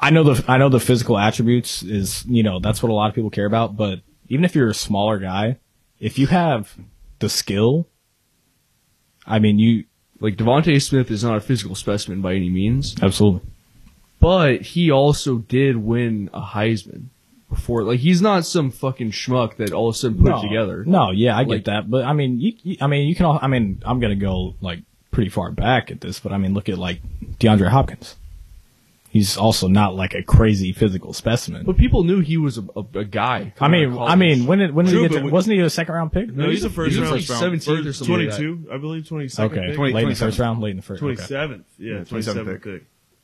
A: I know the I know the physical attributes is you know that's what a lot of people care about. But even if you're a smaller guy, if you have the skill, I mean you
D: Like Devonte Smith is not a physical specimen by any means,
A: absolutely.
D: but he also did win a Heisman before. Like he's not some fucking schmuck that all of a sudden put
A: no,
D: it together.
A: No, yeah, I get
D: Like-
A: that, but I mean, you, you, I mean, you can all. I mean, I'm gonna go like pretty far back at this, but I mean, look at like DeAndre Hopkins. he's also not like a crazy physical specimen.
D: But people knew he was a, a, a guy.
A: I mean, I mean, when did when did
C: True,
A: he get?
C: but
A: To,
C: we-
A: wasn't he a second round pick?
C: No, he's the first
D: he's
C: round.
D: like 17th or something like that.
C: 22, I believe. 22nd.
A: Okay,
C: pick.
A: late in the first round, late in the first. okay.
C: 27th. Yeah,
B: Yeah,
C: 27th
B: 27th
C: pick.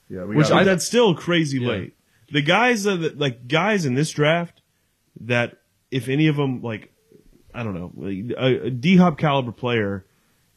B: Yeah, we
C: Which
B: got
C: I,
B: it.
C: that's still crazy late. The guys that like guys in this draft that if any of them like I don't know like, a, a D Hop caliber player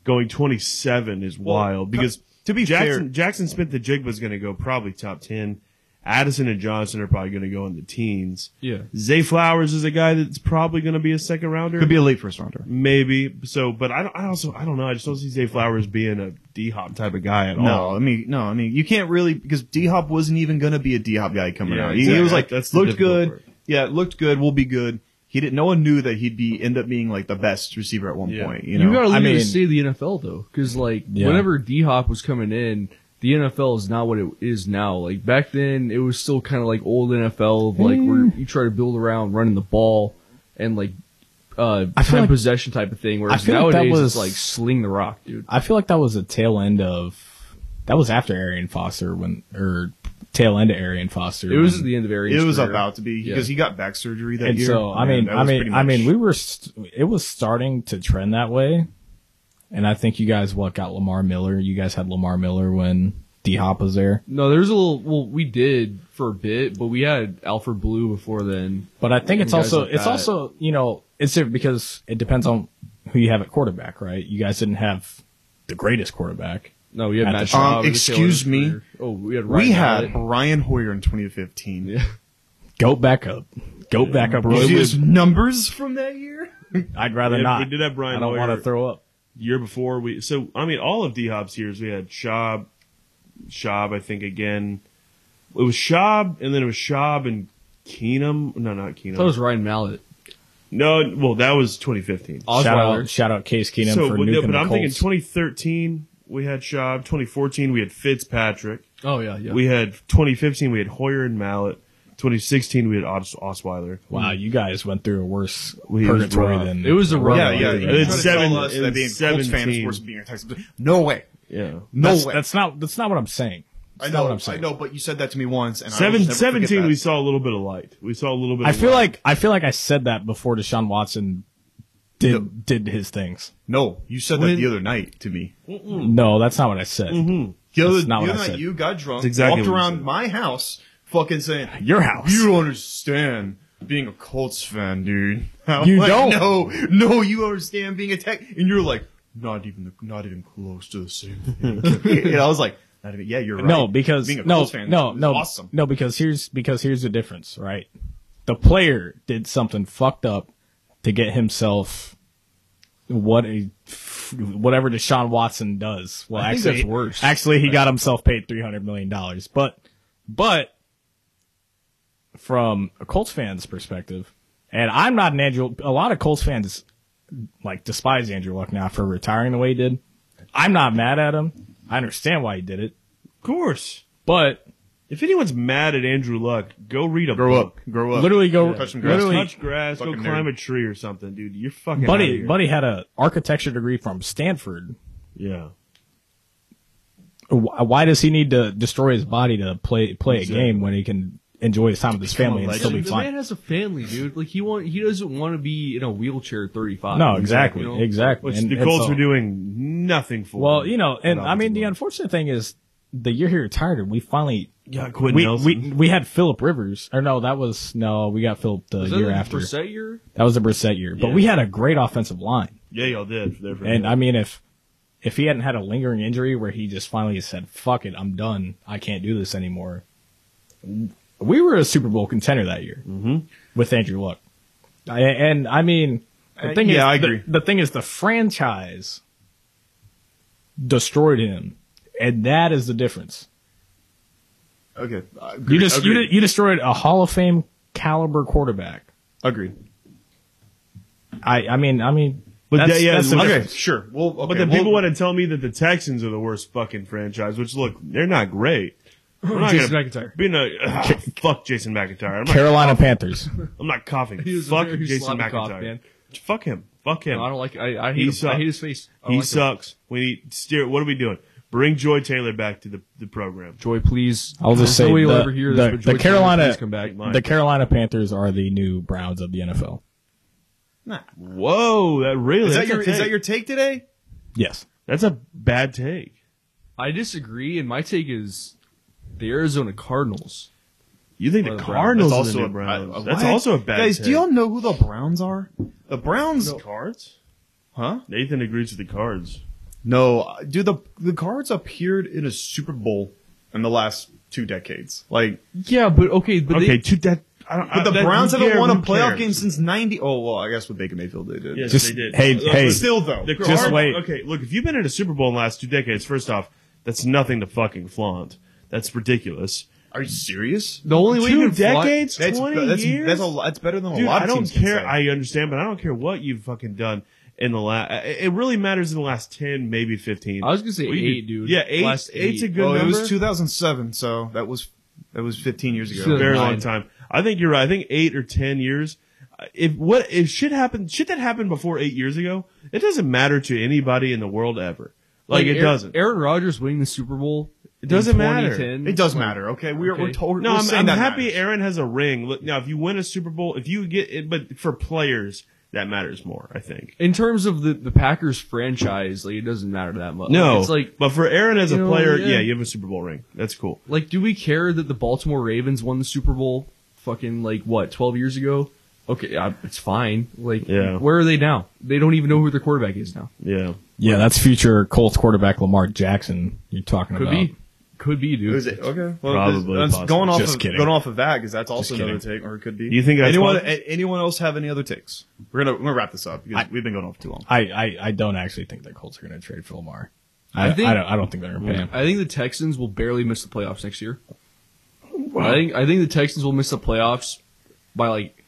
C: going 27 is wild because
B: to be
C: Jackson
B: fair-
C: Jackson Smith the Jigba is going to go probably top 10. Addison and Johnson are probably going to go in the teens.
D: Yeah.
C: Zay Flowers is a guy that's probably going to be a second rounder.
B: could be a late first rounder.
C: Maybe so, but I, don't- I also I don't know. I just don't see Zay Flowers being a D Hop type of guy at all.
B: No, I mean, no, I mean, you can't really because D Hop wasn't even gonna be a D Hop guy coming
C: Yeah,
B: out. He, he
C: exactly.
B: was like,
C: That's the
B: looked
C: difficult
B: good.
C: part.
B: Yeah, looked good. We'll be good. He didn't. No one knew that he'd be end up being like the best receiver at one
C: Yeah.
B: point.
D: You,
B: You know,
D: gotta look
A: I
D: at
A: mean-
D: the state of the NFL though, because like
A: Yeah.
D: whenever D Hop was coming in, the NFL is not what it is now. Like back then, it was still kind of like old NFL, of, like where
A: Mm.
D: you try to build around running the ball and like uh
A: I feel
D: time
A: like-
D: possession type of thing. Whereas
A: feel like
D: nowadays
A: that was-
D: it's like sling the rock, dude.
A: I feel like that was a tail end of that was after Arian Foster when or tail end of Arian Foster.
D: It was
A: when-
D: at the end of Arians.
B: it was
D: career.
B: about to be because he got back surgery that
A: and
B: year.
A: so I
B: and
A: mean,
B: that
A: I
B: was
A: mean,
B: pretty
A: I mean,
B: much-
A: we were st- it was starting to trend that way, and I think you guys what got Lamar Miller. You guys had Lamar Miller when D Hop was there,
D: No, there's a little. Well, we did for a bit, but we had Alfred Blue before then.
A: but I think it's
D: You guys
A: also
D: like
A: it's
D: that.
A: also you know it's different because it depends on who you have at quarterback, right? You guys didn't have the greatest quarterback.
D: No, we had
A: At the
D: Matt.
A: time.
B: Um,
D: Schaub, the tail end
B: excuse
D: of his
B: me.
D: career. Oh, we had. Ryan
B: we had
D: Mallett.
B: Ryan Hoyer in 2015.
D: Yeah.
A: Go back up, go back up,
B: Did you see
A: Roy.
B: his numbers from that year?
A: I'd rather
C: We did-
A: not.
C: we did have Brian
A: I don't want
C: Hoyer.
A: to throw up.
C: year before we so I mean all of D Hop's years we had Shab, Shab I think again. It was Shab and then it was Shab and Keenum. No, not Keenum.
D: That was Ryan Mallett.
C: no, well that was 2015.
A: Shout
D: Osweiler.
A: out, shout out Case Keenum
C: so,
A: for
C: but,
A: nuking
C: no,
A: the
C: but I'm thinking
A: Colts.
C: 2013 we had Shab. 2014 we had Fitzpatrick.
D: Oh yeah, yeah.
C: We had 2015 we had Hoyer and Mallet. 2016 we had Os- Osweiler.
A: Wow, you guys went through a worse
C: We- it was
A: purgatory
C: rough.
A: than
D: It was a rough
B: Yeah,
D: one.
B: Oh, yeah.
C: And it's
B: Trying to
C: seven-
B: tell us
C: and
B: that being a Colts fan is
C: 17.
B: worse than being a Texans. fan. No way.
C: Yeah.
B: No
A: that's,
B: way.
A: that's not that's not what I'm saying.
B: I
A: That's
B: know.
A: not what I'm saying.
B: I know. But you said that to me once, and I will
C: Seven,
B: never forget
C: 17
B: that.
C: we saw a little bit of light. We saw a little bit.
A: I
C: of
A: feel
C: light.
A: like I feel like I said that before Deshaun Watson did
B: No.
A: did his things.
B: No, you said that
C: When-
B: the other night to me.
A: No, that's not what I said.
B: The other,
A: That's not
B: the
A: what
B: other
A: I
B: night
A: said.
B: you got drunk,
C: That's exactly
B: walked
C: what you
B: around
C: said.
B: my house, fucking saying,
A: Your house.
B: "You don't understand being a Colts fan, dude." I'm
A: You
B: like,
A: don't.
B: No, no, you understand being a Tech, and you're like, not even, the, not even close to the same. thing. and I was like, not even, yeah, you're right.
A: No, because
B: being a
A: no,
B: Colts fan,
A: no,
B: is
A: no,
B: awesome.
A: no, because here's because here's the difference, right? The player did something fucked up to get himself what a whatever Deshaun Watson does. Well,
D: I think
A: actually,
D: that's worse.
A: actually, he got himself paid three hundred million dollars, but but from a Colts fan's perspective, and I'm not an Andrew. A lot of Colts fans like despise Andrew Luck now for retiring the way he did. I'm not mad at him. I understand why he did it,
C: of course,
A: but
C: if anyone's mad at Andrew Luck, go read a
B: Grow
C: book.
B: up, grow up.
A: literally go
B: Touch some grass.
A: literally
C: touch grass, go
B: Fucking
C: climb
B: nerd.
C: a tree or something, dude. You're fucking outta
A: buddy
C: here.
A: buddy had a architecture degree from stanford
C: Yeah,
A: Wh- why does he need to destroy his body to play play
C: Exactly.
A: a game when he can enjoy his time with his family and
B: legend.
A: still be
D: the man
A: fine
D: has a family, dude. Like he want he doesn't want to be in a wheelchair at 35.
A: no exactly
D: You know?
A: exactly
C: which
A: And-
C: the
A: and
C: Colts
A: so-
C: were doing nothing for.
A: well you know and
C: Not
A: i mean the
C: much.
A: unfortunate thing is the year he retired we finally
C: yeah, Quinn
A: we,
C: Nelson.
A: we we had Philip Rivers, or no, that was no, we got Philip the
D: Was that
A: year
D: the
A: after.
D: Brissett year?
A: That was the Brissett year, but
C: Yeah.
A: we had a great offensive line.
C: yeah, y'all did. There for
A: And I mean, if if he hadn't had a lingering injury where he just finally said, "Fuck it, I'm done. I can't do this anymore," we were a Super Bowl contender that year
B: Mm-hmm.
A: with Andrew Luck. I, and I mean, the
B: Uh,
A: thing
B: yeah,
A: is,
B: I
A: the-
B: agree.
A: The, thing is, the franchise destroyed him, and that is the difference.
B: Okay, uh,
A: You just you,
B: agreed.
A: de- you destroyed a Hall of Fame caliber quarterback.
B: agreed.
A: I I mean I mean,
C: But
A: that's,
C: that- yeah,
A: that's the
C: okay.
A: difference.
B: Sure. Well, okay,
C: but then
B: well,
C: people want to tell me that the Texans are the worst fucking franchise. Which look, they're not great. I'm not
D: Jason
C: gonna-
D: McIntyre.
C: Being a ah, fuck Jason McIntyre. I'm not,
A: Carolina Panthers.
C: I'm not coughing.
D: He was a
C: Fuck
D: very
C: Jason
D: sloppy
C: McIntyre.
D: cough, man.
C: Fuck him. Fuck him.
D: No, I don't like. I, I
C: He
D: hate. Him.
C: sucked.
D: I hate his face. I don't
C: He
D: like him.
C: sucks. We need steer. What are we doing? Bring Joy Taylor back to the, the program.
D: Joy, please.
A: I'll just
D: There's
A: say
D: no way you'll
A: the-
D: ever hear
A: the-
D: this, but
A: the
D: Joy Taylor,
A: Carolina-
D: please come back.
C: Mine.
A: The Carolina Panthers are the new Browns of the NFL.
C: Whoa, that really
B: Is that
C: that's
B: your
C: a
B: is
C: take.
B: that your take today?
A: Yes.
C: That's a bad take.
D: I disagree, and my take is the Arizona Cardinals.
C: You think
D: Or
C: the
D: the
C: Cardinals
B: Browns. That's
C: are the new
B: also a-
C: Browns?
B: I-
C: that's
B: what?
C: also a bad
B: Guys,
C: take.
B: do y'all know who the Browns are? The Browns,
C: cards?
B: huh?
C: Nathan agrees with the cards.
B: No, uh, dude. The the Cards appeared in a Super Bowl in the last two decades. Like,
D: Yeah, but okay, but
C: okay, to that. I don't,
B: but
C: I,
B: the
C: Uh, that-
B: Browns
C: who
B: haven't
C: care-
B: won a
C: who
B: playoff
C: cares?
B: game since ninety. Oh well, I guess with Baker Mayfield they did.
C: Yes,
A: Just-
C: they did.
A: hey,
C: Look,
A: hey.
C: but
B: But still though,
C: The
A: Just
C: Card-
A: wait.
C: Okay, look, if you've been in a Super Bowl in the last two decades, first off, that's nothing to fucking flaunt. That's ridiculous.
B: are you serious?
D: the only way you
C: Two
D: can fly-
C: decades,
B: That's
C: twenty
B: that's,
C: years.
B: that's a lot- that's better than a
C: Dude,
B: lot.
C: I
B: of
C: don't
B: teams can
C: care.
B: say.
C: I understand, but I don't care what you've fucking done in the last. It really matters in the last ten, maybe fifteen.
D: I was gonna say
C: What you
D: eight,
C: did-
D: dude.
C: Yeah, eight.
D: Last
C: eight's a
D: eight. Oh,
C: good
B: well,
C: number.
B: Oh, it was 2007, so that was that was 15 years ago.
D: Sure.
C: very long
D: Nine.
C: time. I think you're right. I think eight or ten years. Uh, If what if shit happened, shit that happened before eight years ago, it doesn't matter to anybody in the world ever. Like, it
D: Aaron-
C: doesn't.
D: Aaron Rodgers winning the Super Bowl. It
C: doesn't matter.
B: It does matter. Okay, we're we're,
D: Okay.
B: told,
C: no,
B: we're
C: I'm,
B: saying
C: I'm
B: that
C: happy
B: matters.
C: Aaron has a ring. Look, now if you win a Super Bowl, if you get it, but for players that matters more, I think.
D: In terms of the, the Packers franchise, like it doesn't matter that much.
C: No,
D: it's like
C: but for Aaron as a
D: you know,
C: player,
D: yeah.
C: yeah. you have a Super Bowl ring. That's cool.
D: like do we care that the Baltimore Ravens won the Super Bowl? Fucking like what twelve years ago? Okay, I, it's fine. Like
C: Yeah.
D: where are they now? They don't even know who their quarterback is now.
C: Yeah,
A: Yeah, that's future Colts quarterback Lamar Jackson you're talking
D: Could
A: about.
D: be, could be, dude.
B: Is it okay? Well,
C: Probably
B: this-
C: possible.
B: going off
A: Just
B: of,
A: kidding.
B: going off of that because that's also
A: kidding.
B: another take, or it could be.
C: You think that's
B: anyone?
C: possible?
B: a- anyone else have any other takes? We're gonna we're gonna wrap this up because
A: I-
B: we've been going off too long.
A: I, I, I don't actually think the Colts are going to trade for Lamar. I,
D: I think-
A: I, don't, I don't think they're going to pay him.
D: I think the Texans will barely miss the playoffs next year. I think I think the Texans will miss the playoffs by like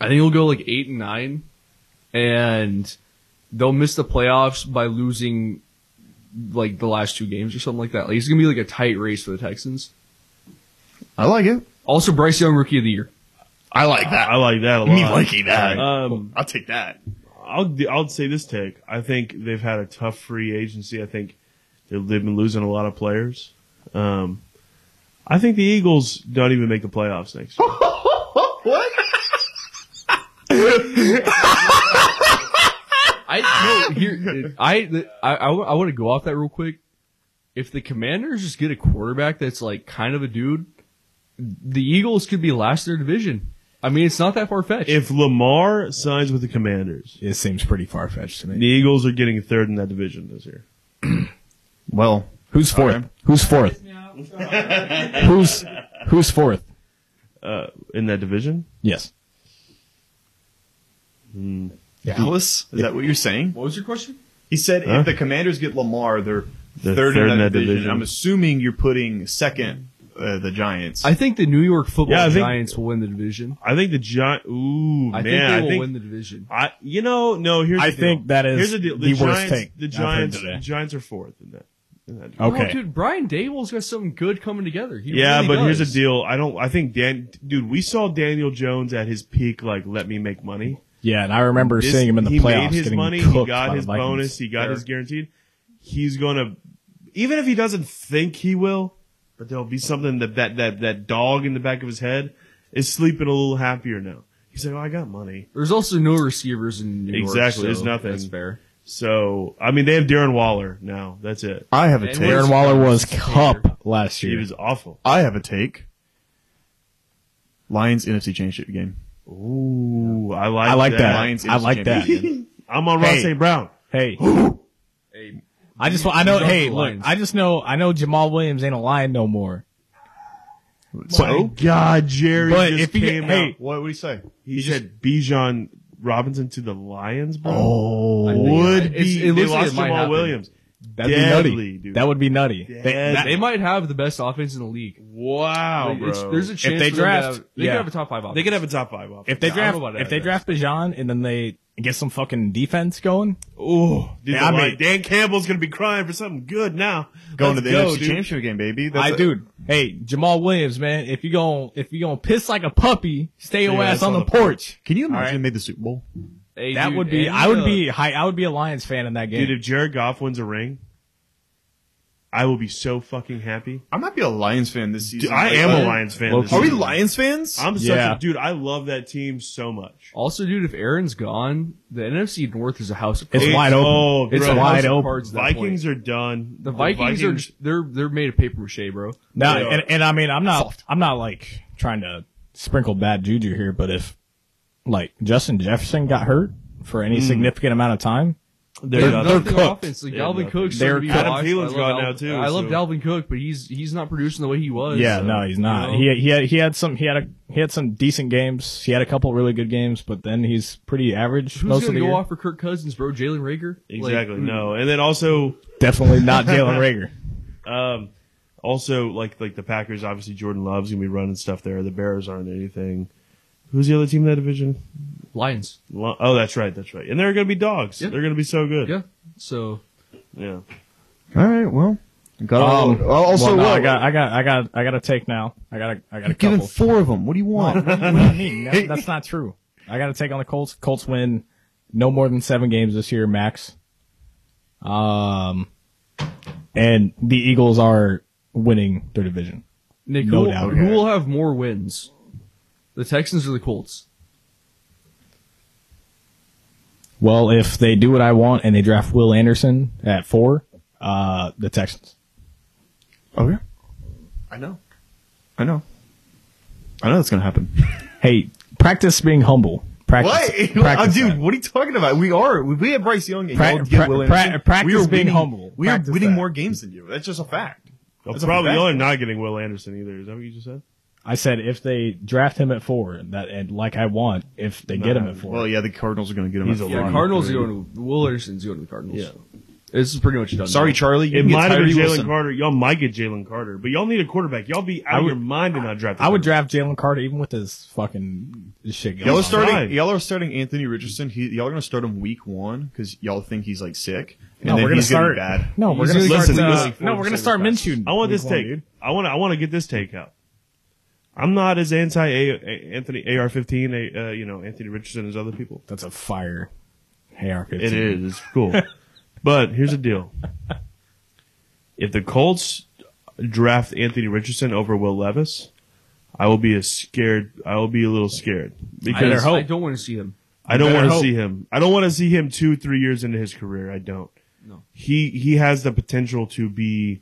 D: I think it'll go like eight and nine, and they'll miss the playoffs by losing like the last two games or something like that. Like it's gonna be like a tight race for the Texans.
B: I like it.
D: Also, Bryce Young Rookie of the Year.
B: I like that.
C: I like that a lot.
B: Me liking that.
C: Um,
B: I'll take that.
C: I'll I'll say this take. I think they've had a tough free agency. I think they've, they've been losing a lot of players. Um, I think the Eagles don't even make the playoffs next year.
B: What?
D: I no, here I I I, want to go off that real quick. If the Commanders just get a quarterback that's like kind of a dude, the Eagles could be last in their division. I mean, it's not that far fetched.
C: If Lamar signs with the Commanders,
A: It seems pretty far fetched to me.
C: the Eagles are getting third in that division this year.
B: Well,
A: Who's fourth?
B: right.
A: Who's fourth? who's who's fourth?
C: Uh, in that division,
A: Yes.
B: Hmm. Dallas. Is that what you're saying?
D: what was your question?
B: He said
C: Huh?
B: if the Commanders get Lamar, they're
C: They're
B: third, in that division.
C: division.
B: I'm assuming you're putting second uh, the Giants.
D: I think the New York Football
C: Yeah, I think-
D: Giants will win the division.
C: I think the Giant. Ooh man,
D: I think they
C: I
D: will
C: think
D: win the division.
C: I you know no. Here's
A: I
C: the deal.
A: think that is
C: here's the deal.
A: the worst
C: Giants,
A: take
C: The
A: I've heard
C: Giants.
A: today.
C: The Giants are fourth in that. In that division.
A: Okay.
D: Oh, dude, Brian Dable's got something good coming together. He
C: Yeah,
D: really
C: but
D: does.
C: here's the deal. I don't. I think Dan, dude, we saw Daniel Jones at his peak. Like, let me make money.
A: yeah, and I remember
C: This-
A: seeing him in the
C: he
A: playoffs
C: made his
A: getting
C: money.
A: cooked
C: He
A: by
C: got
A: the
C: his
A: Vikings.
C: bonus. He got
D: Fair.
C: his guaranteed. He's gonna, even if he doesn't think he will, but there'll be something that that that that dog in the back of his head is sleeping a little happier now. He's like, oh, I got money.
D: There's also no receivers in New York.
C: Exactly,
D: so
C: there's nothing.
D: That's fair.
C: So, I mean, they have Darren Waller now. That's it.
B: I have a
D: And
B: take.
A: Darren Waller was cup last
C: He
A: year.
C: was awful.
B: I have a take. Lions NFC Championship game.
C: Ooh, I like.
A: I like that.
B: Lions
A: I like that.
B: championship game.
C: I'm on Ross
A: Hey.
C: A. Brown.
A: Hey. I just I know. Hey, look, I just know I know Jamal Williams ain't a lion no more.
C: My God, Jerry
A: But
C: just
A: if he-
C: came
A: hey,
C: out.
B: What would he say?
C: He, said Bijan Robinson to the Lions, bro.
A: Oh,
C: would
D: It's-
C: be.
D: it
C: they
D: looks like
C: lost
D: it might
C: Jamal
D: happen.
C: Williams.
A: that'd
C: deadly,
A: be nutty.
C: dude.
A: That would be nutty. They-
C: Deadly.
D: They might have the best offense in the league.
C: wow,
D: Like, it's-
C: bro.
D: There's a chance
A: they
D: for them to
A: draft-
D: have- they
A: yeah.
D: could have a top five offense.
C: they could have a top five offense.
A: if they
D: Yeah, I
A: draft
D: don't know about
A: if they
D: that.
A: draft Bijan and then they get some fucking defense going,
C: oh, dude,
A: Yeah, I
C: the
A: mean-
C: Lions- Dan Campbell's gonna be crying for something good now.
B: Going
C: Let's
B: to the
C: go,
B: NFC
C: dude.
B: Championship game, baby. That's
A: I
B: a-
A: dude. Hey, Jamal Williams, man, if you gon' if you gonna piss like a puppy, stay your ass on the porch.
B: Can you imagine
A: right.
B: they made the Super Bowl?
D: Hey,
A: That
D: dude,
A: would be
D: and,
A: I would
D: uh,
A: be high I would be a Lions fan in that game.
C: Dude, if Jared Goff wins a ring, I will be so fucking happy.
B: I might be a Lions fan this season.
C: Dude, I
B: Like,
C: am
B: uh,
C: a Lions fan. this
B: Are we
C: season.
B: Lions fans?
C: I'm such
A: Yeah.
C: a dude. I love that team so much.
E: Also, dude, if Aaron's gone, the NFC North is a house of
A: It's
E: cards.
A: wide open.
C: Oh,
A: it's
C: bro.
A: wide
E: House of
A: open.
E: cards at that
C: Vikings are done.
E: The Vikings, are they're they're made of paper mache, bro.
A: Now,
C: Yeah.
A: and, and I mean, I'm not, I'm not like trying to sprinkle bad juju here, but if like Justin Jefferson got hurt for
D: Mm.
A: any significant amount of time,
C: they're, done.
E: Nothing on
A: cooked.
E: offense. Like
C: Yeah,
E: Dalvin
C: nothing.
E: Cook's
A: They're
E: gonna be
A: cooked.
C: Adam
E: washed. I
C: Thielen's
E: love
C: gone
E: Dalvin-
C: now, too,
E: I love
C: so-
E: Dalvin Cook, but he's he's not producing the way he was.
A: yeah,
E: so,
A: no, he's not.
E: you know?
A: He he had he had some he had a he had some decent games. He had a couple really good games, but then he's pretty average
E: Who's
A: most of
E: gonna go
A: the year.
E: off for Kirk Cousins, bro? Jalen Rager?
C: exactly no. And then also,
A: Definitely not Jalen Rager.
C: um, also like like the Packers. Obviously, Jordan Love's gonna be running stuff there. The Bears aren't anything. Who's the other team in that division?
E: Lions.
C: Lo- Oh, that's right, that's right. And they're gonna be dogs.
E: Yeah.
C: They're gonna be so good.
E: Yeah. So
C: Yeah.
B: All right, well, got all-
A: Um,
B: well, uh, also
A: well, no,
B: Oh,
A: I
B: what?
A: got I got I got I got a take now. I got a, I got a
B: Give him
A: couple.
B: four of them. What do you want?
A: What do you mean? That- that's not true. I got to take on the Colts. Colts win no more than seven games this year, max. Um, and the Eagles are winning their division.
E: Nick,
A: No
E: who, will-
A: doubt.
E: who will have more wins? The Texans or the Colts?
A: Well, if they do what I want and they draft Will Anderson at four, uh, the Texans.
B: oh yeah, I know, I know, I know that's gonna happen.
A: Hey, practice being humble. Practice,
B: What,
A: practice
B: Oh, dude?
A: that.
B: What are you talking about? We are. We- We have Bryce Young and
A: Pra-
B: y'all get
A: pra-
B: Will
A: pra-
B: Anderson.
A: practice
B: we are
A: being
B: winning,
A: humble.
B: We are
A: Practice
B: winning
A: that.
B: more games than you. That's just a fact.
C: Well,
B: That's a
C: probably
B: fact.
C: y'all are not getting Will Anderson either. Is that what you just said?
A: I said if they draft him at four, that and like I want, if they get him at four,
B: Well, yeah, the Cardinals are gonna get him.
C: He's
B: at
C: a
B: four.
E: Yeah,
C: Lions.
E: Cardinals are going to Will Anderson's going to the Cardinals.
C: Yeah.
E: This is pretty much done.
B: Sorry,
E: now.
B: Charlie. You
C: It
B: can get
C: might have been
B: Tyree
C: Jalen
B: Wilson.
C: Carter. Y'all might get Jalen Carter, but y'all need a quarterback. Y'all be out of your mind to not draft. a
A: I would
C: quarterback.
A: draft Jalen Carter even with his fucking shit. Going
B: Y'all are
A: on.
B: starting.
C: Right.
B: Y'all are starting Anthony Richardson. He, y'all are gonna start him week one because y'all think he's like sick, and
A: No,
B: then
A: we're gonna
B: he's
A: start.
B: gonna be bad.
A: No, we're
E: He's gonna
A: gonna start.
C: listen,
A: uh,
C: listen.
A: no, we're gonna start Minshew.
C: I want
A: week
C: this
A: one,
C: take.
A: dude.
C: I want. I want to get this take out. I'm not as anti A- A- Anthony AR15. A, uh, you know Anthony Richardson as other people.
A: That's a fire. Hey, R15.
C: It is. It's cool. but here's the deal. If the Colts draft Anthony Richardson over Will Levis, I will be a scared. I will be a little scared
E: I,
C: because
E: just-
C: I,
E: I don't want to see him.
C: don't
A: better
C: want to
A: hope.
C: see him. I don't want to see him two, three years into his career. I don't. No. He he has the potential to be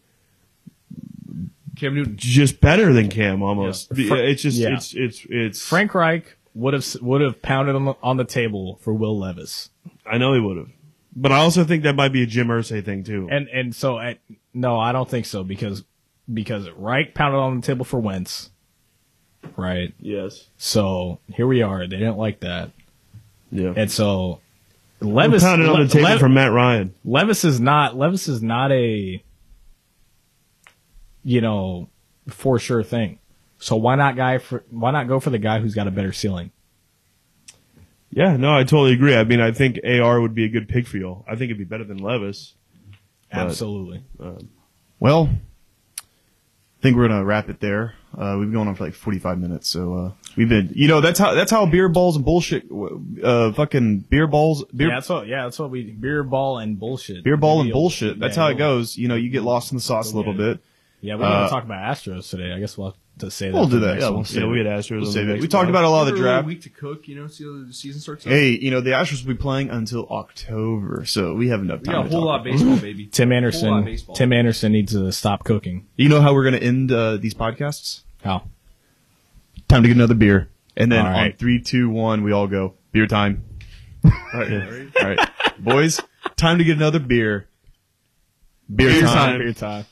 E: Cam Newton.
C: just better than Cam almost. Be- It's just
A: Yeah.
C: it's it's it's.
A: Frank Reich would have would have pounded him on the table for Will Levis,
C: I know he would have, but I also think that might be a Jim Irsay thing too.
A: and and so I, no, I don't think so because because Reich pounded on the table for Wentz, right?
C: yes.
A: So here we are. They didn't like that,
C: Yeah.
A: and so
C: Levis
A: Levis
C: pounded on the table
A: Le-
C: from Matt Ryan.
A: Levis is not Levis is not a you know for sure thing. So why not guy for why not go for the guy who's got a better ceiling?
C: Yeah, no, I totally agree. I mean, I think AR would be a good pick for y'all. I think it'd be better than Levis.
A: Absolutely.
B: Well, I think we're gonna wrap it there. Uh, we've been going on for like forty-five minutes, so uh, we've been. You know, that's how that's how beer balls and bullshit. Uh, fucking beer balls, beer
A: yeah, that's what yeah, that's what we beer ball and bullshit.
B: beer ball and
A: Deal.
B: bullshit. That's
A: Yeah,
B: how it
A: we'll-
B: goes. You know, you get lost in the sauce a little bit.
A: Yeah, we're gonna
B: Uh,
A: talk about Astros today. I guess we'll have to say that.
B: We'll
A: for
B: do
A: the
B: that.
A: next
B: Yeah,
A: one.
B: we'll
C: Yeah,
B: Save
C: we
B: it.
C: had Astros.
B: We'll
C: on
B: save
C: the
B: it.
C: next
B: We talked
C: pod.
B: about a lot of the
E: Really
B: draft.
E: weak to Cook, you know, see how the season starts. up.
B: Hey, you know, the Astros will be playing until October, so we have enough
E: we
B: time.
E: got a
B: to
E: whole
B: talk
E: lot of
B: about
E: baseball, baby.
A: Tim
E: Whole lot of
A: Anderson
E: baseball.
A: Tim Anderson needs to stop cooking.
B: it. You know how we're going to end uh, these podcasts?
A: How?
B: Time to get another beer. And then
A: All right.
B: on three, two, one, we all go beer time. all right, all right, boys. Time to get another beer. Beer,
C: Beer
B: time.
A: Uh,
C: time.
A: time.